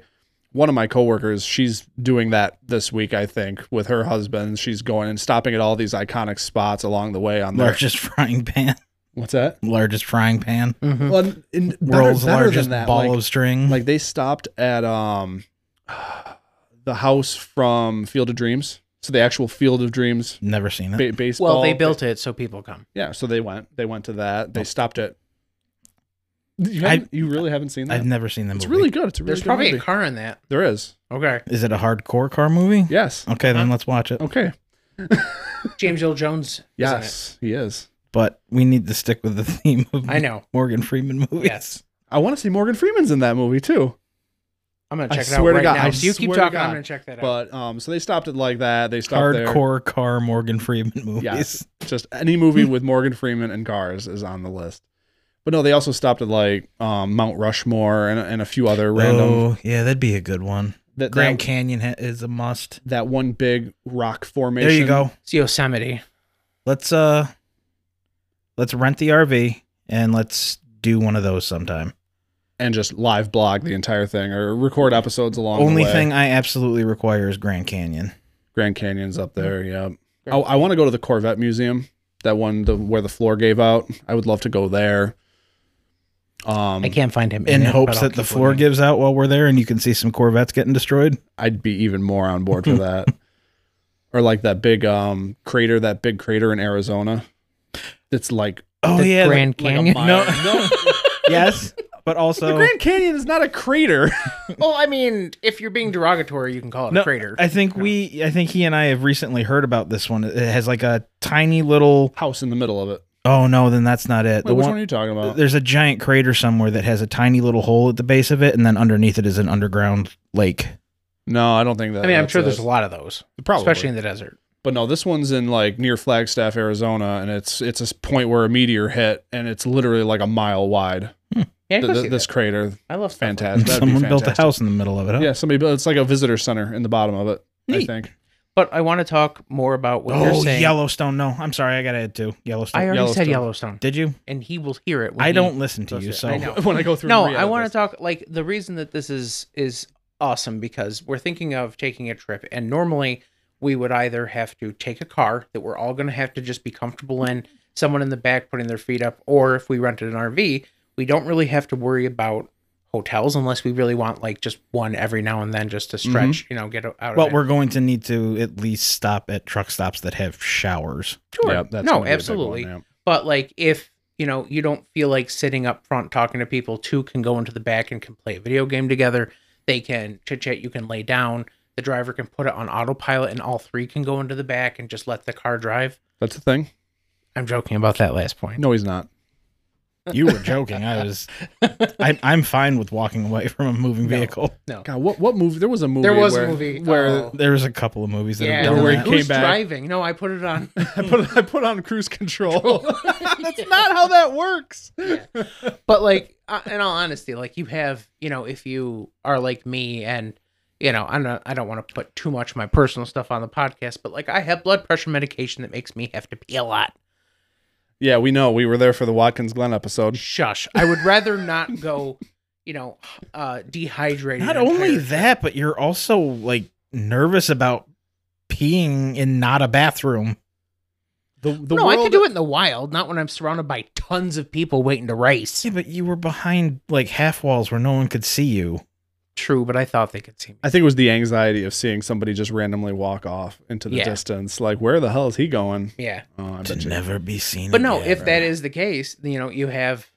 A: one of my coworkers, she's doing that this week, I think, with her husband. She's going and stopping at all these iconic spots along the way on their
B: Largest frying pan.
A: what's that?
B: Largest frying pan.
A: Well, in, Mm-hmm. better,
B: World's
A: better
B: Mm-hmm. largest
A: than that.
B: ball
A: like,
B: of string.
A: like they stopped at um the house from Field of Dreams. So the actual Field of Dreams
B: Never seen it.
A: ba- baseball.
C: Well, they built it so people come.
A: Yeah, so they went. They went to that.
B: Oh.
A: They stopped at. You, haven't- you really haven't seen that?
B: I've never seen the
A: it's
B: movie.
A: really good. It's a really
C: There's
A: good
C: probably a
A: movie.
C: car in that.
A: There is.
C: Okay.
B: Is it a hardcore car movie?
A: Yes.
B: Okay, then let's watch it.
A: Okay.
C: James Earl Jones. is in it.
A: Yes, he is.
B: But we need to stick with the theme of
C: I know.
B: Morgan Freeman movies.
C: Yes.
A: I want to see Morgan Freeman's in that movie too.
C: I'm going
A: I
C: to check it
A: swear
C: out
A: to
C: right
A: God,
C: now.
A: I
C: So you keep
A: swear to
C: talking.
A: God.
C: I'm going to check that out.
A: But um, so they stopped it like that. They stopped there.
B: Hardcore car Morgan Freeman movies.
A: Yes. (laughs) Just any movie with Morgan Freeman and cars is on the list. But no, they also stopped at like um, Mount Rushmore and, and a few other random.
B: Oh, yeah, that'd be a good one.
A: that,
B: Grand
A: that,
B: Canyon ha- is a must.
A: that one big rock formation.
B: There you go.
C: it's Yosemite.
B: Let's uh let's rent the RV and let's do one of those sometime.
A: And just live blog the entire thing or record episodes along
B: Only
A: the way.
B: thing I absolutely require is Grand Canyon.
A: Grand Canyon's up there. Yeah. I, I want to go to the Corvette Museum. That one the, where the floor gave out. I would love to go there. Um,
C: I can't find him.
B: In
C: it, but
B: hopes
C: I'll
B: that the
C: keep
B: floor
C: looking.
B: gives out while we're there and you can see some Corvettes getting destroyed.
A: I'd be even more on board for that.
C: (laughs)
A: or like that big um crater, that big crater in Arizona. That's like
B: Oh
C: The
B: yeah.
C: Grand
A: like a
C: Canyon.
A: mile.
B: No.
C: (laughs)
A: no.
B: (laughs) yes. But
A: the
B: also
A: Grand Canyon is not a crater. (laughs)
C: well, I mean, if you're being derogatory, you can call it a crater.
B: I think we I think he and I have recently heard about this one. It has like a tiny little
A: House in the middle of it.
B: Oh no, then that's not it.
A: Wait, which one are you talking about?
B: there's a giant crater somewhere that has a tiny little hole at the base of it, and then underneath it is an underground lake.
A: no, I don't think that.
C: I mean, I'm
A: that's
C: sure there's
A: it.
C: a lot of those,
A: Probably.
C: especially in the desert.
A: but no, this one's in like near Flagstaff, Arizona, and it's it's a point where a meteor hit, and it's literally like a mile wide.
C: Yeah, I
A: Th-
C: can
A: th-
C: see
A: this
C: that.
A: crater,
C: I love stuff like that.
A: fantastic. That'd be
B: Someone built a
A: fantastic.
B: house in the middle of it. Huh?
A: Yeah, somebody built. It's like a visitor center in the bottom of it. I
B: Neat.
A: think.
C: But I want to talk more about what you're
B: Oh,
C: saying.
B: Yellowstone. No, I'm sorry, I got to add two. Yellowstone.
C: I already said
A: Yellowstone.
C: Yellowstone,
B: Did you?
C: and he will hear it. When
B: I
C: he-
B: don't listen to
A: Those-
B: you,
A: yeah,
B: so
C: I know.
A: (laughs) when I go through.
C: No,
A: and re-edit
C: I want to
A: this.
C: talk like the reason that this is is awesome because we're thinking of taking a trip, and normally we would either have to take a car that we're all going to have to just be comfortable in, someone in the back putting their feet up, or if we rented an RV, we don't really have to worry about hotels unless we really want like just one every now and then just to stretch, you know, get out. of
B: Mm-hmm. Well,
C: it.
B: we're going to need to at least stop at truck stops that have showers.
C: Sure.
A: Yeah, that's gonna
C: no,
A: be a big
C: absolutely.
A: one, yeah.
C: But like if you know you don't feel like sitting up front talking to people, two can go into the back and can play a video game together. They can chit chat. You can lay down. the driver can put it on autopilot and all three can go into the back and just let the car drive.
A: That's the thing.
C: I'm joking about that last point.
A: No, he's not.
B: You were joking. I was.
C: (laughs)
B: I, I'm fine with walking away from a moving
C: No.
B: vehicle.
A: God, what what movie? There was a movie.
C: There was a
A: where-
C: movie,
A: where
C: oh.
B: There's a couple of movies that
C: Yeah,
B: have done
A: where he
B: that.
A: came
C: who's
A: back.
C: driving? No, I put it on.
A: (laughs) I put I put on cruise control. (laughs)
C: (laughs)
A: That's not how that works.
C: but like uh, in all honesty like you have you know if you are like me and you know i'm not i don't want to put too much of my personal stuff on the podcast but like i have blood pressure medication that makes me have to pee a lot
A: Yeah, we know. We were there for the Watkins Glen episode.
C: shush i would rather not go you know uh dehydrated
B: Not
C: an entire
B: only
C: trip.
B: that, but you're also like nervous about peeing in not a bathroom.
A: The, the
C: no i
A: world-
C: could do it in the wild not when i'm surrounded by tons of people waiting to race
B: Yeah, but you were behind like half walls where no one could see you.
C: true but i thought they could see me
A: I think it was the anxiety of seeing somebody just randomly walk off into the
C: Yeah.
A: distance. Like, where the hell is he going?
C: yeah
A: Oh, I
B: To
A: bet you.
B: never be seen.
C: But no,
B: again.
C: if that is the case, you know, you have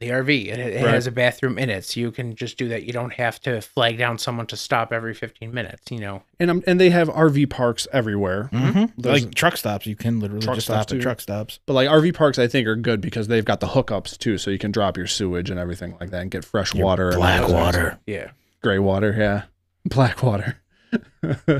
C: the RV and it, it
A: Right.
C: has a bathroom in it, so you can just do that. You don't have to flag down someone to stop every 15 minutes, you know.
A: And i and they have RV parks everywhere.
B: Mhm.
A: Mm-hmm. There's-
B: like truck stops, you can literally
A: Truck
B: just
A: stops,
B: stop at
A: too.
B: truck stops.
A: But like RV parks, I think are good because they've got the hookups too, so you can drop your sewage and everything like that and get fresh water, and
B: water.
C: Yeah.
A: gray water, yeah, (laughs) black water. (laughs)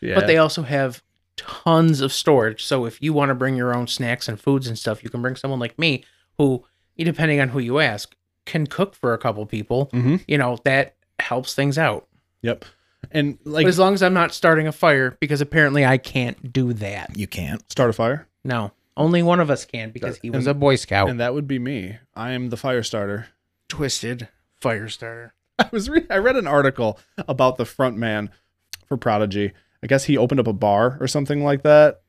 A: yeah,
C: But they also have tons of storage. So if you want to bring your own snacks and foods and stuff, you can bring someone like me who, depending on who you ask, can cook for a couple people.
A: Mhm.
C: You know, that helps things out.
A: yep. And like
C: But as long as I'm not starting a fire, because apparently I can't do that.
B: You can't.
A: start a fire,
C: No. Only one of us can because he was a Boy Scout.
A: and that would be me. I am the fire starter. (laughs)
C: twisted fire starter.
A: I was re- I read an article about the front man for Prodigy. I guess he opened up a bar or something like that,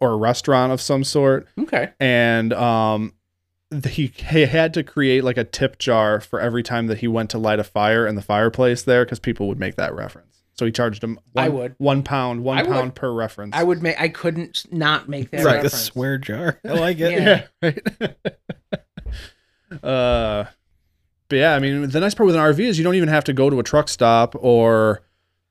A: or a restaurant of some sort,
C: Okay.
A: and um, th- he he had to create like a tip jar for every time that he went to light a fire in the fireplace there because people would make that reference. So he charged him. One,
C: I would.
A: one pound, one
C: I would.
A: pound per reference.
C: I would make. I couldn't not make that
B: It's like a
C: reference.
A: (laughs)
B: swear jar. I
A: Oh,
B: like it.
C: Yeah.
A: Yeah, right. uh, but yeah, I mean, the nice part with an RV is you don't even have to go to a truck stop or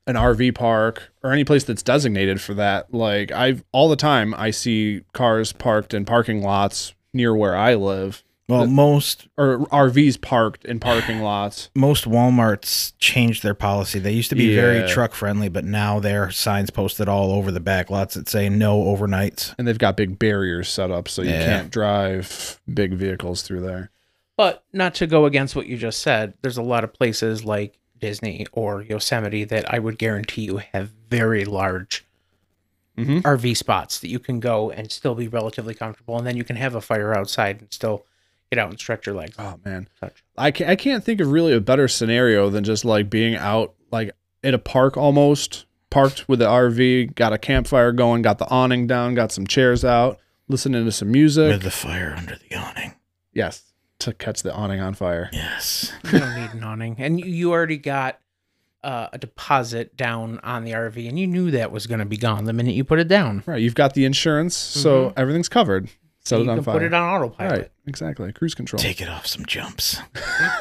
A: an RV park or any place that's designated for that. Like I've all the time, I see cars parked in parking lots near where I live,
B: Well, most
A: or RVs parked in parking lots.
B: most Walmarts changed their policy. They used to be very
A: Yeah.
B: truck friendly, but now there are signs posted all over the back lots that say no overnights.
A: And they've got big barriers set up so you
B: Yeah.
A: can't drive big vehicles through there.
C: But not to go against what you just said. There's a lot of places like Disney or Yosemite that I would guarantee you have very large
A: Mhm.
C: RV spots that you can go and still be relatively comfortable, and then you can have a fire outside and still get out and stretch your legs.
A: Oh man,
C: Touch.
A: I can't, I can't think of really a better scenario than just like being out like in a park almost parked with the RV, got a campfire going, got the awning down, got some chairs out, listening to some music.
B: With the fire under the awning.
A: yes, to catch the awning on fire.
B: Yes.
C: You don't need an awning, and you, you already got uh, a deposit down on the RV, and you knew that was going to be gone the minute you put it down.
A: Right, you've got the insurance, so everything's covered. Set it
C: Mm-hmm. you
A: on
C: can
A: fire.
C: put it on autopilot.
A: Right, exactly. Cruise control.
B: Take it off some jumps.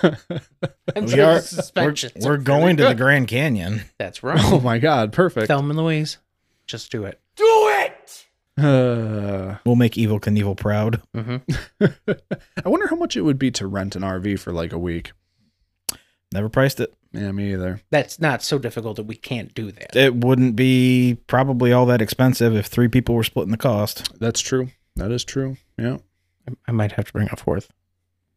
C: And
B: We are we're, we're going to the Grand Canyon. (laughs)
C: That's right.
A: (laughs) oh my god, perfect.
C: Thelma and Louise, just do it.
D: Do it!
A: Uh,
B: We'll make Evil Knievel proud.
A: I wonder how much it would be to rent an RV for like a week.
B: Never priced it.
A: Yeah, me either.
C: That's not so difficult that we can't do that.
B: It wouldn't be probably all that expensive if three people were splitting the cost.
A: That's true. That is true. Yeah.
C: I might have to bring a fourth.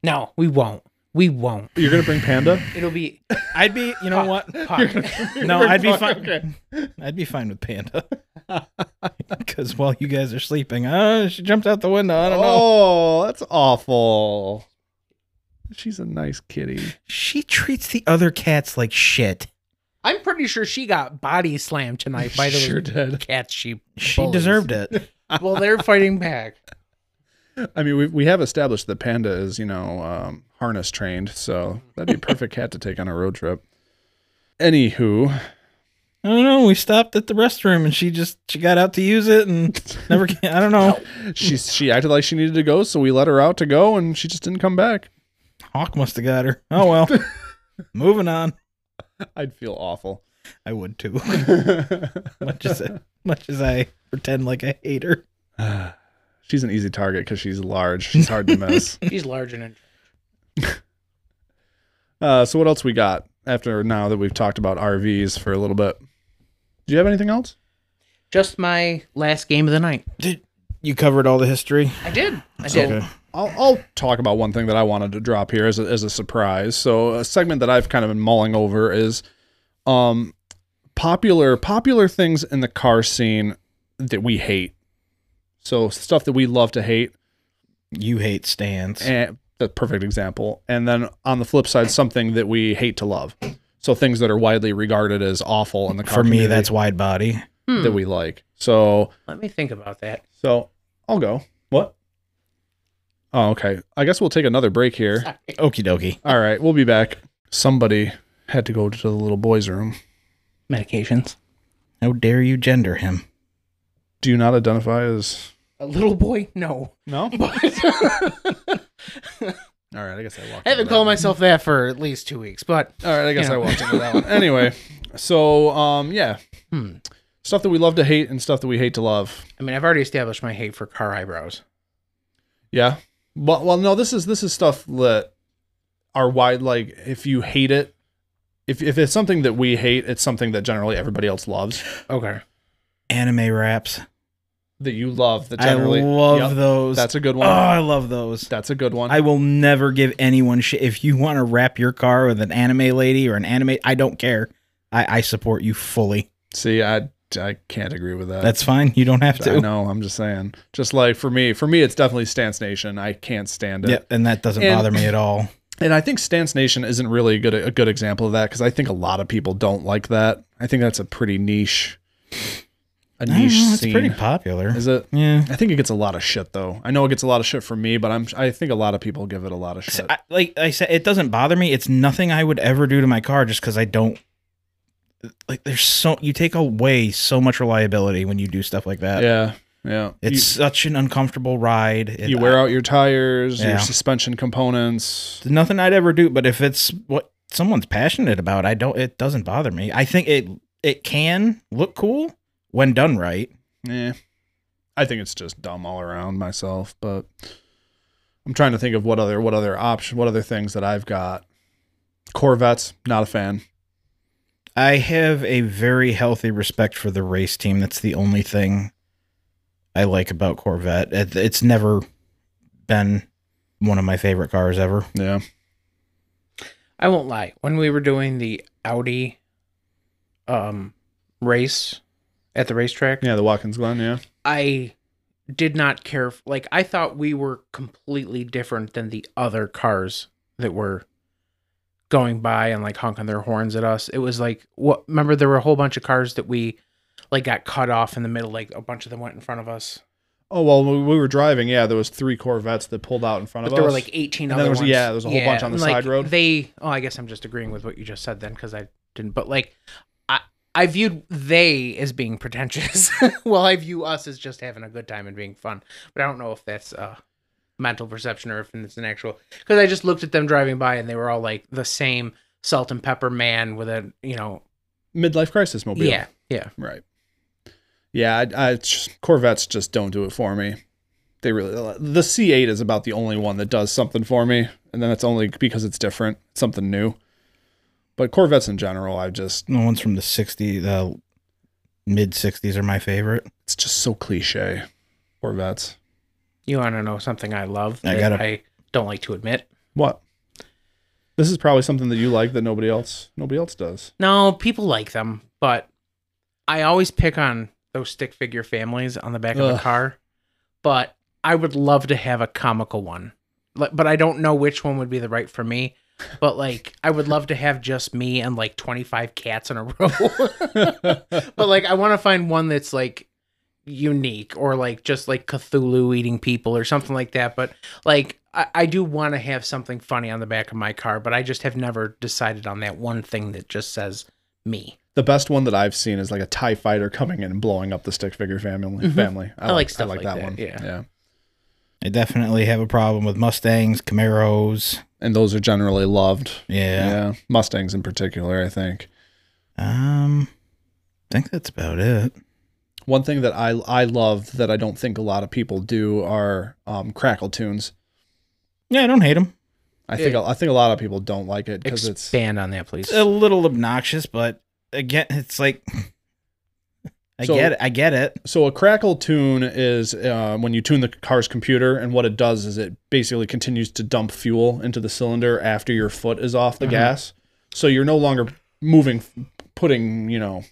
C: No, we won't. We won't.
A: You're gonna bring Panda?
C: It'll be
B: (laughs) I'd be, you know
C: (laughs)
B: what?
C: pocket.
B: No, I'd be fine. (laughs) I'd be fine with Panda. (laughs) Because while you guys are sleeping, oh, she jumped out the window. I don't know.
A: Oh, that's awful. She's a nice kitty.
B: She treats the other cats like shit.
C: I'm pretty sure she got body slammed tonight by those
A: Sure did. (laughs)
C: cats she
B: She
C: bullies.
B: deserved it.
C: (laughs) Well, they're fighting back.
A: I mean, we we have established that Panda is you know um, harness trained, so that'd be a perfect cat to take on a road trip. Anywho,
B: I don't know. We stopped at the restroom and she just she got out to use it and never. Came, I don't know.
A: she she acted like she needed to go, so we let her out to go, and she just didn't come back.
B: Hawk must have got her. Oh well. (laughs) Moving on. (laughs)
A: I'd feel awful.
B: I would too. much as I, much as I pretend like I hate her.
A: She's an easy target because she's large. She's hard to
B: (laughs)
A: miss.
C: He's large and
A: Uh, so what else we got after now that we've talked about RVs for a little bit? Do you have anything else?
C: just my last game of the night.
B: Did you covered all the history?
C: I did. I did.
B: Oh.
A: I'll, I'll talk about one thing that I wanted to drop here as a, as a surprise. So a segment that I've kind of been mulling over is um, popular popular things in the car scene that we hate. So stuff that we love to hate.
B: You hate stands.
A: And that's a perfect example. And then on the flip side, something that we hate to love. So things that are widely regarded as awful in the car
B: For me,
A: community
B: that's wide body.
A: that we like. So
C: Let me think about that.
A: so I'll go. What? Oh, okay. I guess we'll take another break here.
B: Okie dokie.
A: All right, we'll be back. Somebody had to go to the little boy's room.
C: Medications.
B: How dare you gender him?
A: Do you not identify as
C: A little boy?
B: (laughs)
C: No.
A: no? All
C: I
A: right, I guess I walked.
C: haven't
A: into that
C: called
A: one.
C: myself that for at least two weeks, but
A: All right, I guess
C: you know.
A: I walked into that one. (laughs) Anyway, so um, yeah,
C: Hmm.
A: stuff that we love to hate and stuff that we hate to love.
C: I mean, I've already established my hate for car eyebrows.
A: Yeah. Well, well, no, this is this is stuff that are wide. Like, if you hate it, if if it's something that we hate, it's something that generally everybody else loves.
C: Okay.
B: Anime wraps.
A: That you love. Ah. That
B: I
A: generally
B: love
A: Yep.
B: those.
A: That's a good
B: oh,
A: one.
B: I love those.
A: That's a good one.
B: I will never give anyone shit. If you want to wrap your car with an anime lady or an anime, I don't care. I, I support you fully.
A: See, I I can't agree with that.
B: That's fine. You don't have
A: I
B: to.
A: know. I'm just saying. Just like for me, for me, it's definitely Stance Nation. I can't stand it.
B: Yep, and that doesn't
A: And-
B: bother me
A: (laughs)
B: at all.
A: And I think Stance Nation isn't really a good a good example of that because I think a lot of people don't like that. I think that's a pretty niche, a
B: I don't
A: niche
B: know, Ah, it's
A: scene.
B: pretty popular.
A: Is it?
B: Yeah.
A: I think it gets a lot of shit though. I know it gets a lot of shit from me, but I'm I think a lot of people give it a lot of shit.
B: I, like I said, it doesn't bother me. It's nothing I would ever do to my car just because I don't. Like, there's so. You take away so much reliability when you do stuff like that.
A: yeah, yeah.
B: It's such an uncomfortable ride.
A: you,
B: It-
A: you wear out your tires,
B: Yeah.
A: your suspension components.
B: It's uh, nothing I'd ever do. But if it's what someone's passionate about, I don't. It doesn't bother me. I think it it can look cool when done right.
A: Yeah. Eh, I think it's just dumb all around myself, but I'm trying to think of what other what other option what other things that I've got. Corvettes, not a fan.
B: I have a very healthy respect for the race team. That's the only thing I like about Corvette. It- It's never been one of my favorite cars ever.
A: Yeah.
C: I won't lie. When we were doing the Audi um race at the racetrack,
A: Yeah, the Watkins Glen, yeah.
C: I did not care f- like I thought we were completely different than the other cars that were going by and like honking their horns at us. It was like what remember there were a whole bunch of cars that we like got cut off in the middle like a bunch of them went in front of us.
A: Oh well when we were driving, yeah, there was three Corvettes that pulled out in front
C: But
A: of
C: there
A: us.
C: were like
A: And
C: 18
A: then
C: other
A: there was-
C: ones.
A: yeah, there was a whole bunch on the
C: and, like,
A: side road.
C: They, oh, I guess I'm just agreeing with what you just said then because I didn't. But like, I I viewed they as being pretentious, (laughs) while I view us as just having a good time and being fun. But I don't know if that's uh mental perception or if it's an actual. Because I just looked at them driving by and they were all like the same salt and pepper man with a you know
A: midlife crisis mobile.
C: yeah yeah
A: Right. Yeah, I, I just, Corvettes just don't do it for me. They really the C8 is about the only one that does something for me, and then it's only because it's different, something new. But Corvettes in general, I just
B: The ones from the 60, the mid 60s are my favorite.
A: it's just so cliche. Corvettes.
C: you want to know something I love
B: I
C: that
B: gotta-
C: I don't like to admit.
A: What? This is probably something that you like that nobody else nobody else
C: (laughs)
A: does.
C: No, people like them, but I always pick on those stick figure families on the back of
A: Ugh.
C: a car. But I would love to have a comical one. Like, But I don't know which one would be the right for me. But like, I would love to have just me and like 25 cats in a (laughs) row. but like, I want to find one that's like unique or like just like Cthulhu eating people or something like that. But like, I, I do want to have something funny on the back of my car, but I just have never decided on that one thing that just says me.
A: The best one that I've seen is like a Tie Fighter coming in and blowing up the stick figure family. Family.
C: Mm-hmm. I like stuff like that, yeah.
A: yeah.
B: I definitely have a problem with Mustangs, Camaros.
A: And those are generally loved.
B: Yeah.
A: yeah mustangs in particular i think
B: Um, I think that's about it.
A: One thing that I I love that I don't think a lot of people do are um, crackle tunes.
B: Yeah, I don't hate them.
A: I think I think a lot of people don't like it because it's
C: Expand on that, please.
B: It's a little obnoxious, but again, it's like (laughs) I
A: So-
B: get it. I get
A: (sighs)
B: it.
A: so a crackle tune is uh, when you tune the car's computer and what it does is it basically continues to dump fuel into the cylinder after your foot is off the gas. So you're no longer moving, putting you know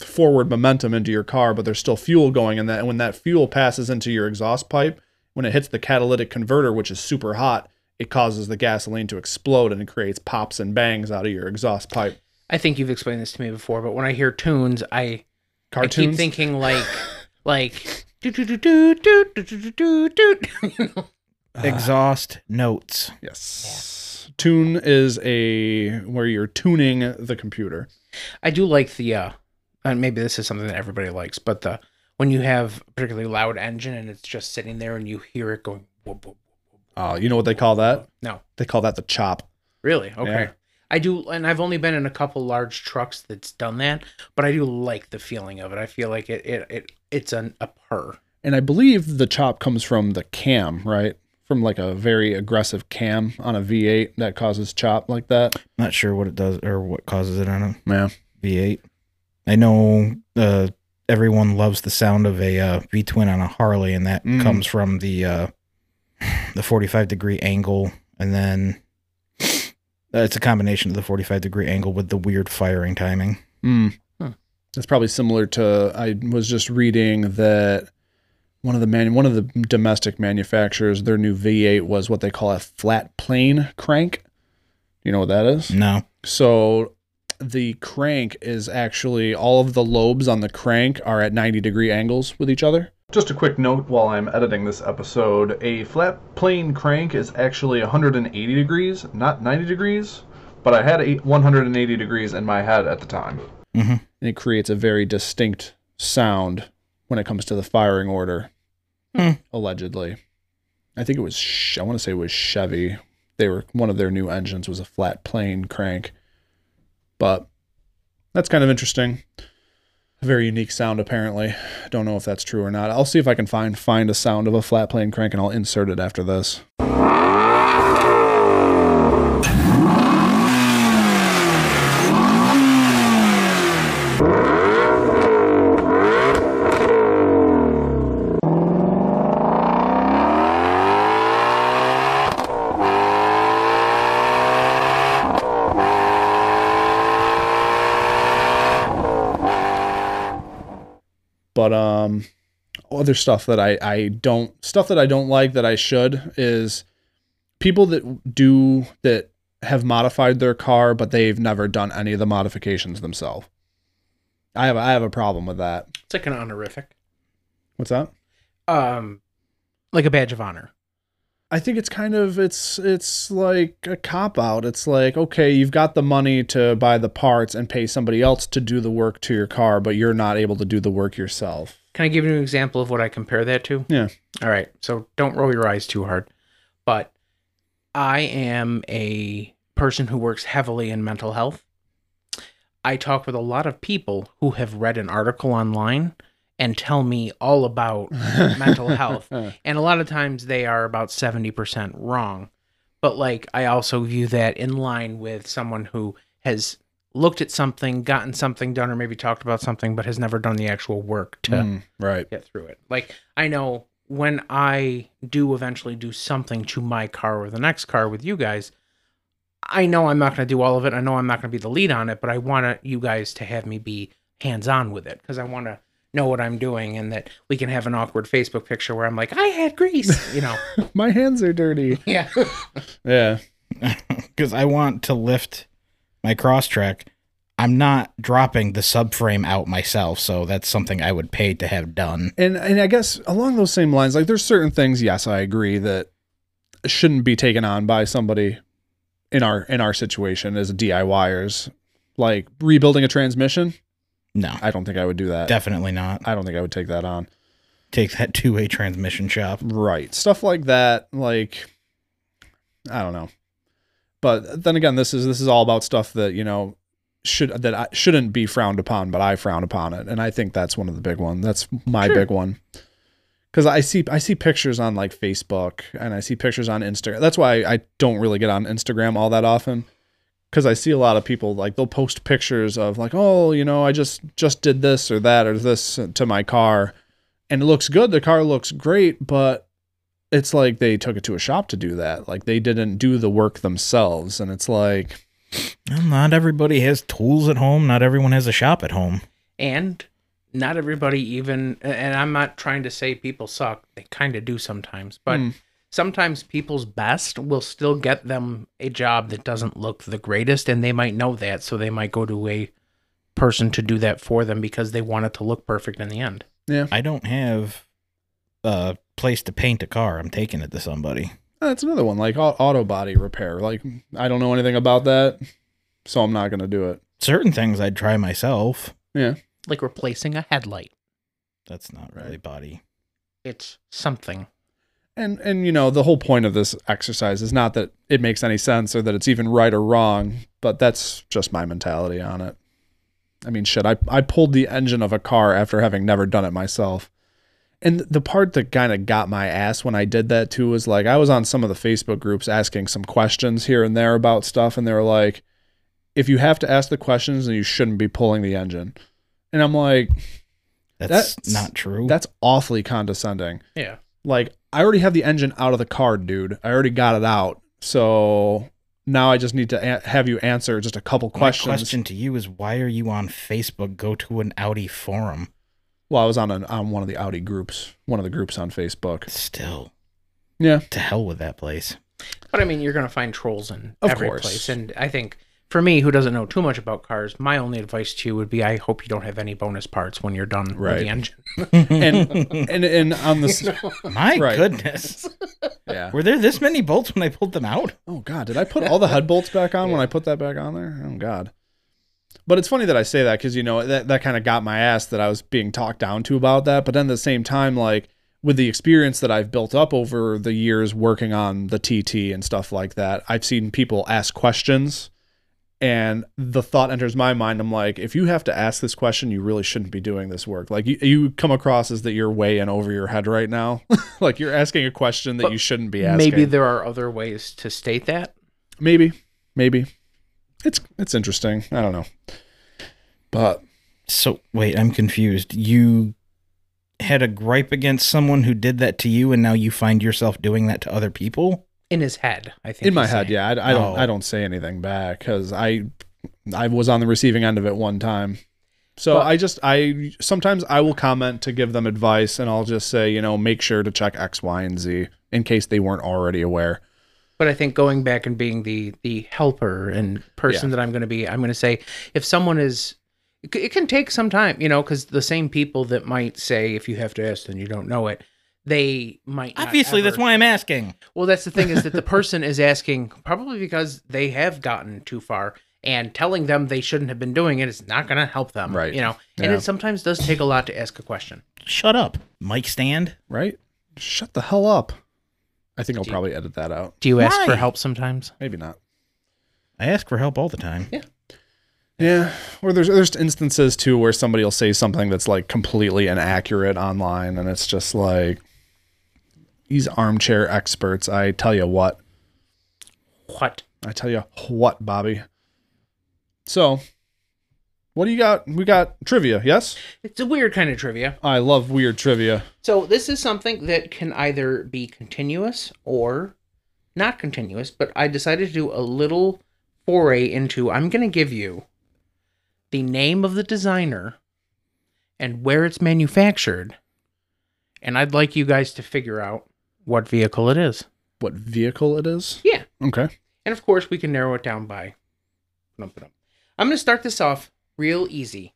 A: forward momentum into your car, but there's still fuel going in that. And when that fuel passes into your exhaust pipe, when it hits the catalytic converter, which is super hot, it causes the gasoline to explode and it creates pops and bangs out of your exhaust pipe.
C: I think you've explained this to me before, but when I hear tunes, I, I
A: Cartoons.
C: keep thinking
A: (laughs)
C: like like do do do do do do do do do. (laughs) You know?
B: Exhaust notes.
A: Yes. Tune is a where you're tuning the computer.
C: I do like the uh, and maybe this is something that everybody likes, but the when you have a particularly loud engine and it's just sitting there and you hear it going. Whoop, whoop.
A: Uh, you know what they call that?
C: No,
A: They call that the chop.
C: really, okay.
A: Yeah.
C: I do, and I've only been in a couple large trucks that's done that, but I do like the feeling of it. I feel like it it, it it's an a purr.
A: And I believe the chop comes from the cam, right? From like a very aggressive cam on a V8 that causes chop like that.
B: Not sure what it does or what causes it on a
A: Yeah.
B: V8. I know uh, everyone loves the sound of a uh, V twin on a Harley, and that
A: Mm.
B: comes from the uh, (sighs) the 45 degree angle, and then (sighs) uh, it's a combination of the 45 degree angle with the weird firing timing.
A: Mm.
C: Hmm.
A: That's probably similar to I was just reading that one of the man one of the domestic manufacturers their new V8 was what they call a flat plane crank. You know what that is?
B: No,
A: So the crank is actually all of the lobes on the crank are at 90 degree angles with each other.
E: Just a quick note while I'm editing this episode a flat plane crank is actually 180 degrees, not 90 degrees, but I had a 180 degrees in my head at the time.
A: Mm-hmm. And it creates a very distinct sound when it comes to the firing order,
B: Hmm.
A: allegedly. I think it was, Ch- I want to say it was Chevy. They were, one of their new engines was a flat plane crank. But that's kind of interesting. A very unique sound, apparently. Don't know if that's true or not. I'll see if I can find find a sound of a flat plane crank and I'll insert it after this. but um other stuff that I I don't stuff that I don't like that I should is people that do that have modified their car but they've never done any of the modifications themselves. I have I have a problem with that.
C: It's like an honorific,
A: What's that?
C: um, like a badge of honor.
A: I think it's kind of it's it's like a cop out. It's like okay, you've got the money to buy the parts and pay somebody else to do the work to your car, but you're not able to do the work yourself.
C: Can I give you an example of what I compare that to?
A: Yeah.
C: All right. So don't roll your eyes too hard. But I am a person who works heavily in mental health. I talk with a lot of people who have read an article online and tell me all about mental health. And a lot of times they are about 70% wrong. But like, I also view that in line with someone who has looked at something, gotten something done, or maybe talked about something, but has never done the actual work to
A: Mm, right.
C: get through it. Like I know when I do eventually do something to my car or the next car with you guys, I know I'm not going to do all of it. I know I'm not going to be the lead on it, but I want you guys to have me be hands on with it because I want to know what I'm doing and that we can have an awkward Facebook picture where I'm like, I had grease, you know?
A: My hands are dirty.
C: yeah.
A: Yeah.
B: because I want to lift my cross track. I'm not dropping the subframe out myself, so that's something I would pay to have done.
A: and and I guess along those same lines, like there's certain things. Yes, I agree that shouldn't be taken on by somebody in our in our situation as DIYers. Like rebuilding a transmission,
B: No,
A: I don't think I would do that.
B: definitely not.
A: I don't think I would take that on.
B: Take that (laughs) two way transmission shop.
A: Right, stuff like that. Like I don't know, but then again, this is this is all about stuff that you know should that I, shouldn't be frowned upon, but I frown upon it, and I think that's one of the big one. That's my big one. Because I see I see pictures on like Facebook and I see pictures on Instagram. That's why I don't really get on Instagram all that often. Because I see a lot of people like they'll post pictures of like oh you know I just just did this or that or this to my car, and it looks good. The car looks great, but it's like they took it to a shop to do that. Like they didn't do the work themselves, and it's like
B: Well, not everybody has tools at home. Not everyone has a shop at home.
C: and not everybody even and i'm not trying to say people suck they kind of do sometimes but
A: Hmm.
C: sometimes people's best will still get them a job that doesn't look the greatest and they might know that so they might go to a person to do that for them because they want it to look perfect in the end
A: yeah
B: I don't have a place to paint a car. I'm taking it to somebody.
A: eh, That's another one, like au- auto body repair. Like I don't know anything about that, so I'm not gonna do it.
B: Certain things I'd try myself.
A: Yeah,
C: like replacing a headlight
B: That's not really body.
C: it's something
A: and and you know the whole point of this exercise is not that it makes any sense or that it's even right or wrong, but that's just my mentality on it. I mean, shit, I I pulled the engine of a car after having never done it myself. And the part that kind of got my ass when I did that too was like I was on some of the Facebook groups asking some questions here and there about stuff, and they were like, "If you have to ask the questions, then you shouldn't be pulling the engine." And I'm like,
B: That's,
A: That's-
B: not true.
A: "That's awfully condescending."
C: yeah
A: Like I already have the engine out of the car, dude. I already got it out, so now I just need to a- have you answer just a couple
B: My
A: questions.
B: question to you is why are you on Facebook? Go to an Audi forum.
A: Well, I was on an, on one of the Audi groups, one of the groups on Facebook.
B: Still,
A: Yeah,
B: to hell with that place.
C: But I mean, you're going to find trolls in
A: Of
C: every
A: course.
C: place. And I think for me, who doesn't know too much about cars, my only advice to you would be I hope you don't have any bonus parts when you're done
A: Right.
C: with the engine.
A: and and and on this,
B: My
A: Right.
B: goodness.
A: yeah.
B: Were there this many bolts when I pulled them out?
A: Oh God, did I put all the HUD bolts back on when I put that back on there? Oh God. But it's funny that I say that because you know that that kind of got my ass that I was being talked down to about that. But then at the same time, like with the experience that I've built up over the years working on the TT and stuff like that, I've seen people ask questions, and the thought enters my mind. I'm like, if you have to ask this question, you really shouldn't be doing this work. Like you, you come across as that you're way in over your head right now. (laughs) like you're asking a question that you shouldn't be asking
C: Maybe there are other ways to state that.
A: maybe maybe it's it's interesting i don't know but
B: So, wait, I'm confused. You had a gripe against someone who did that to you, and now you find yourself doing that to other people?
C: In his head, I think.
A: in my
C: he's
A: head
C: saying.
A: yeah i, I don't
B: Oh.
A: i don't say anything back because i i was on the receiving end of it one time so
C: Well-
A: i just i sometimes i will comment to give them advice and i'll just say you know make sure to check x y and z in case they weren't already aware
C: But I think going back and being the the helper and person that I'm going to be, I'm going to say if someone is, it c- it can take some time, you know, because the same people that might say if you have to ask and you don't know it, they might not
B: Obviously,
C: ever-
B: that's why I'm asking.
C: Well, that's the thing is that the person is asking probably because they have gotten too far and telling them they shouldn't have been doing it is not going to help them.
A: Right.
C: You know, and
A: Yeah.
C: it sometimes does take a lot to ask a question.
B: Shut up. Mic stand?
A: right shut the hell up i think i'll probably edit that out
C: Do you ask for
B: Right.
C: help sometimes?
A: maybe not
B: I ask for help all the time.
A: Yeah, or there's there's instances too where somebody will say something that's like completely inaccurate online, and it's just like these armchair experts. I tell you what,
C: What?
A: I tell you what, Bobby. So, what do you got? We got trivia. Yes,
C: It's a weird kind of trivia.
A: I love weird trivia.
C: So this is something that can either be continuous or not continuous, but I decided to do a little foray into I'm going to give you the name of the designer and where it's manufactured. And I'd like you guys to figure out what vehicle it is.
A: What vehicle it is?
C: Yeah.
A: Okay.
C: And of course, we can narrow it down by. I'm going to start this off real easy.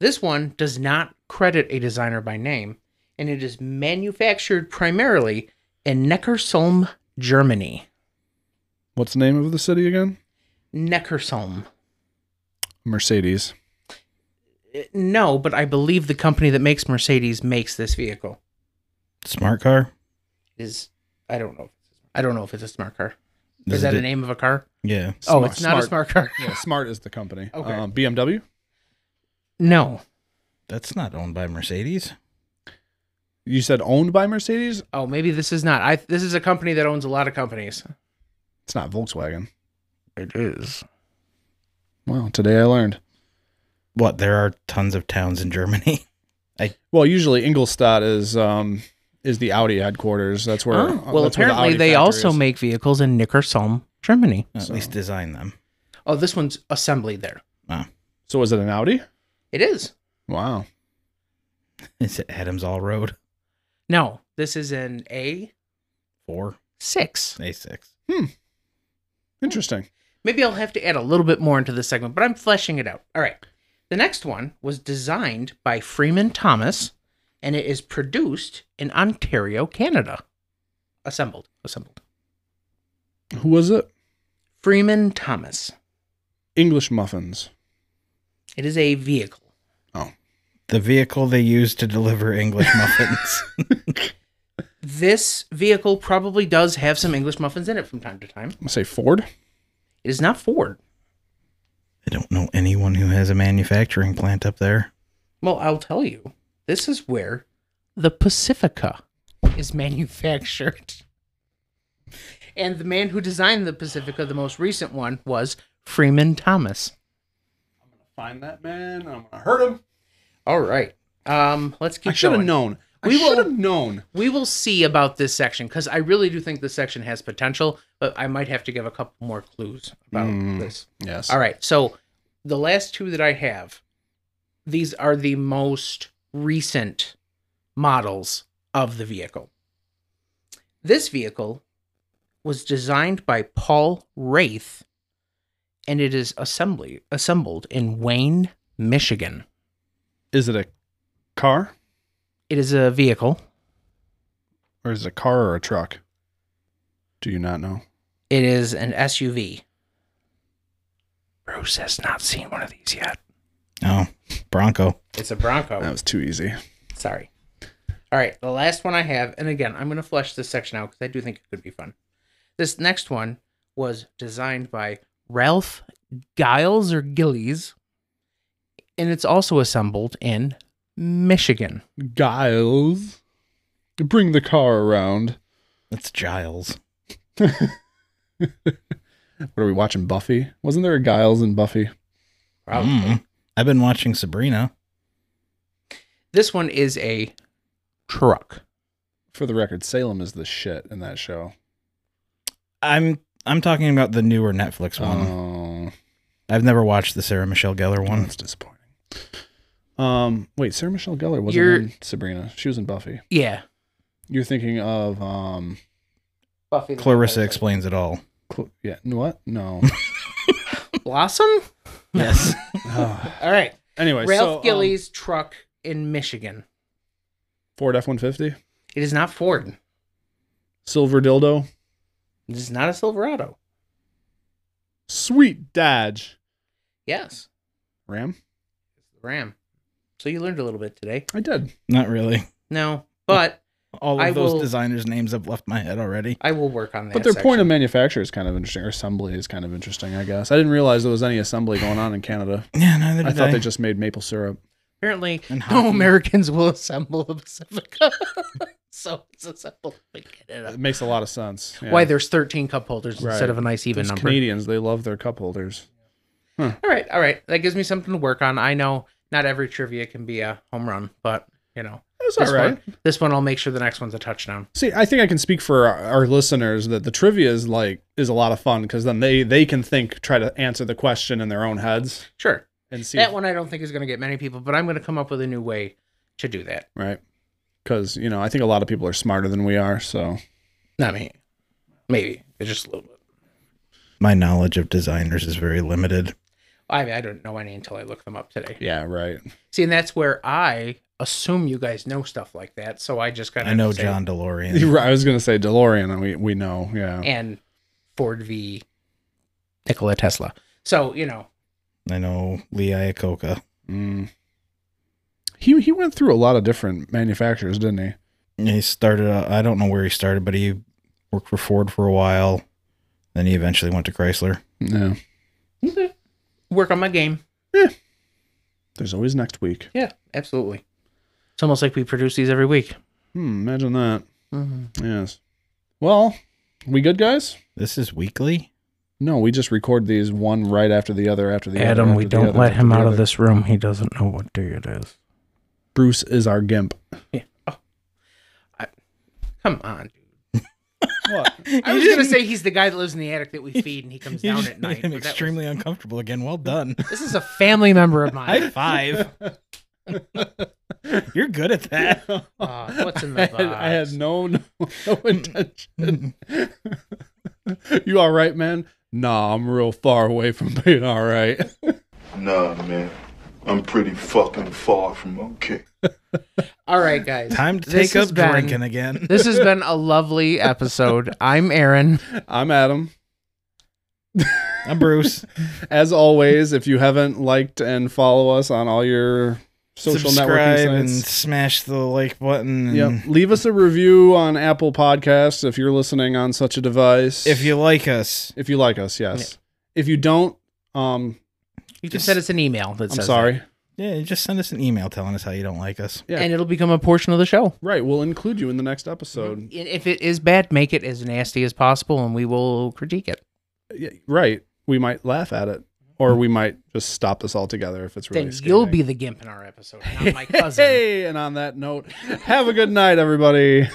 C: This one does not credit a designer by name, and it is manufactured primarily in Neckarsulm, Germany.
A: What's the name of the city again?
C: Neckarsulm.
A: Mercedes.
C: Uh, No, but I believe the company that makes Mercedes makes this vehicle.
B: Smart car?
C: Is I don't know. I don't know if it's a smart car. Is that a name of a car?
B: Yeah.
C: oh, it's not a smart (laughs) car.
A: Yeah, Smart is the company.
C: Okay.
A: Um, BMW.
C: No.
B: That's not owned by Mercedes.
A: You said owned by Mercedes.
C: Oh, maybe this is not. I this is a company that owns a lot of companies.
A: It's not Volkswagen.
C: It is.
A: Well, today I learned.
B: What? There are tons of towns in Germany. (laughs)
A: Well, usually Ingolstadt is um, is the Audi headquarters. That's where.
C: Oh, well,
A: that's where uh, the
C: apparently
A: Audi
C: they
A: factory
C: also
A: is.
C: make vehicles in Nickersalm, Germany.
B: At least design them. Ah.
C: Oh, this one's assembled there.
A: So is it an Audi?
C: It is.
A: Wow.
B: (laughs) Is it Adams All Road?
C: No, this is an A
B: Four,
C: six.
B: A six.
A: Interesting.
C: Maybe I'll have to add a little bit more into this segment, but I'm fleshing it out. All right. The next one was designed by Freeman Thomas, and it is produced in Ontario, Canada. Assembled. Assembled.
A: Who was it?
C: Freeman Thomas.
A: English muffins. Oh,
C: It is a vehicle.
B: The vehicle they use to deliver
A: (laughs)
B: English muffins.
C: This vehicle probably does have some English muffins in it from time to time.
A: I say Ford.
C: It is not Ford.
B: I don't know anyone who has a manufacturing plant up there.
C: Well, I'll tell you. This is where the Pacifica is manufactured. And the man who designed the Pacifica, the most recent one, was Freeman Thomas.
A: Find that man. I'm gonna hurt him.
C: All right. Um, let's keep
A: I should have
C: going.
A: known. I
C: We will-
A: should have known.
C: We will see about this section because I really do think this section has potential, but I might have to give a couple more clues about
A: Hmm.
C: this.
A: Yes.
C: All right. So the last two that I have, these are the most recent models of the vehicle. This vehicle was designed by Paul Wraith and it is assembly assembled in Wayne, Michigan.
A: Is it a car
C: It is a vehicle.
A: or is it a car or a truck? Do you not know?
C: It is an SUV. Bruce has not seen one of these yet.
B: Oh, Bronco.
C: It's a Bronco.
A: That was too easy.
C: Sorry. All right, the last one I have, and again, I'm going to flesh this section out because I do think it could be fun. This next one was designed by Ralph Giles or Gillies, and it's also assembled in Michigan.
A: Giles, bring the car around.
B: That's Giles.
A: What are we watching? Buffy? Wasn't there a Giles in Buffy?
B: Mm. I've been watching Sabrina.
C: This one is a truck.
A: For the record, Salem is the shit in that show.
B: I'm I'm talking about the newer Netflix one.
A: Oh,
B: I've never watched the Sarah Michelle Gellar one.
A: that's disappointing. Um, wait, Sarah Michelle Gellar wasn't
C: You're-
A: in Sabrina. She was in Buffy.
C: Yeah.
A: You're thinking of um,
C: Buffy the
B: Clarissa
C: Vampire Slayer.
B: explains it all.
A: Cl- yeah, what?
C: (laughs)
A: No.
C: Blossom?
B: Yes.
A: Ah.
C: All right.
A: anyway,
C: Ralph
A: so, um,
C: Gillies truck in Michigan.
A: Ford F-150,
C: It is not Ford.
A: silver dildo,
C: It is not a Silverado.
A: sweet Dodge
C: Yes.
A: Ram.
C: Ram. So you learned a little bit today.
A: I did.
B: Not really.
C: No, but
B: All of
C: I
B: those
C: will-
B: designers' names have left my head already.
C: I will work on that.
A: But their point
C: section.
A: of manufacture is kind of interesting, or assembly is kind of interesting, I guess. I didn't realize there was any assembly going on in Canada.
B: Yeah, neither
A: I
B: did
A: thought they just made maple syrup.
C: apparently
B: And
C: no
B: hockey.
C: Americans will assemble the Pacifica, (laughs) so it's assembled in
A: It
C: Canada.
A: makes a lot of sense. Yeah.
C: Why there's 13 cup holders
A: Right.
C: instead of a nice even
A: Those
C: number.
A: Canadians, they love their cup holders.
C: All right, all right, that gives me something to work on. I know not every trivia can be a home run, but you know
A: That's
C: this
A: all right.
C: one, this one I'll make sure the next one's a touchdown.
A: See, I think I can speak for our, our listeners that the trivia is like is a lot of fun because then they they can think, try to answer the question in their own heads
C: Sure,
A: and see
C: that one I don't think is going to get many people, but I'm going to come up with a new way to do that.
A: right. Because you know, I think a lot of people are smarter than we are. So
C: Not me, maybe it's just a little bit.
B: My knowledge of designers is very limited.
C: I mean, I don't know any until I look them up today.
A: yeah, (laughs) right.
C: See, and that's where I assume you guys know stuff like that. So I just kind of
B: I know
C: say-
B: John
A: (laughs)
B: DeLorean.
A: I was gonna say DeLorean. and We we know. Yeah.
C: and Ford v. Nikola Tesla. So you know, (laughs)
B: I know Lee Iacocca.
A: Mm. He he went through a lot of different manufacturers, didn't he?
B: He started. Uh, I don't know where he started, but he worked for Ford for a while. Then he eventually went to Chrysler.
A: No.
C: Work on my game.
A: There's always next week.
C: Yeah, absolutely. It's almost like we produce these every week.
A: Hmm, imagine that. Yes. Well, we good, guys?
B: This is weekly.
A: No, we just record these one right after the other after the other.
C: Adam, we
A: after the
C: don't
A: other
C: let
A: after
C: him
A: the
C: out of
A: other.
C: this room. He doesn't know what day it is.
A: Bruce is our gimp. (laughs)
C: Come on.
A: What?
C: I was going to say he's the guy that lives in the attic that we feed and he comes
B: You
C: down
B: just
C: at
B: made
C: night.
B: him
C: but that was-
B: extremely uncomfortable again. Well done.
C: this is a family member of mine. (laughs)
B: five. You're good at that.
C: Uh, what's in
A: I
C: (laughs) the box?
A: had, I had no, (laughs) no, no intention. (laughs) you all right, man? Nah, I'm real far away from (laughs) being all right.
F: Nah, man. I'm pretty fucking far from okay.
C: All right, guys.
B: (laughs) Time to
C: This
B: take up
C: has been-
B: drinking again.
C: This has been a lovely (laughs) episode. I'm Aaron.
A: I'm Adam.
B: I'm
C: (laughs)
B: Bruce.
A: As always, if you haven't liked and follow us on all your social networking
B: Subscribe and
A: sites,
B: smash the like button. and
A: Yep. Leave us a review on Apple Podcasts if you're listening on such a device.
B: If you like us,
A: if you like us, yes. If you don't, um,
C: You can
B: Just-
C: send us an email that
A: I'm
C: says
A: sorry.
B: yeah, just send us an email telling us how you don't like us.
C: that. and it'll become a portion of the show.
A: Right, we'll include you in the next episode.
C: And If it is bad, make it as nasty as possible, and we will critique it.
A: Yeah, right, we might laugh at it, or we might just stop this altogether if it's really.
C: Mm-hmm. then you'll
A: scathing.
C: be
A: (laughs)
C: (laughs) the gimp in our episode, not my cousin.
A: Hey, and on that note, have a good night, everybody.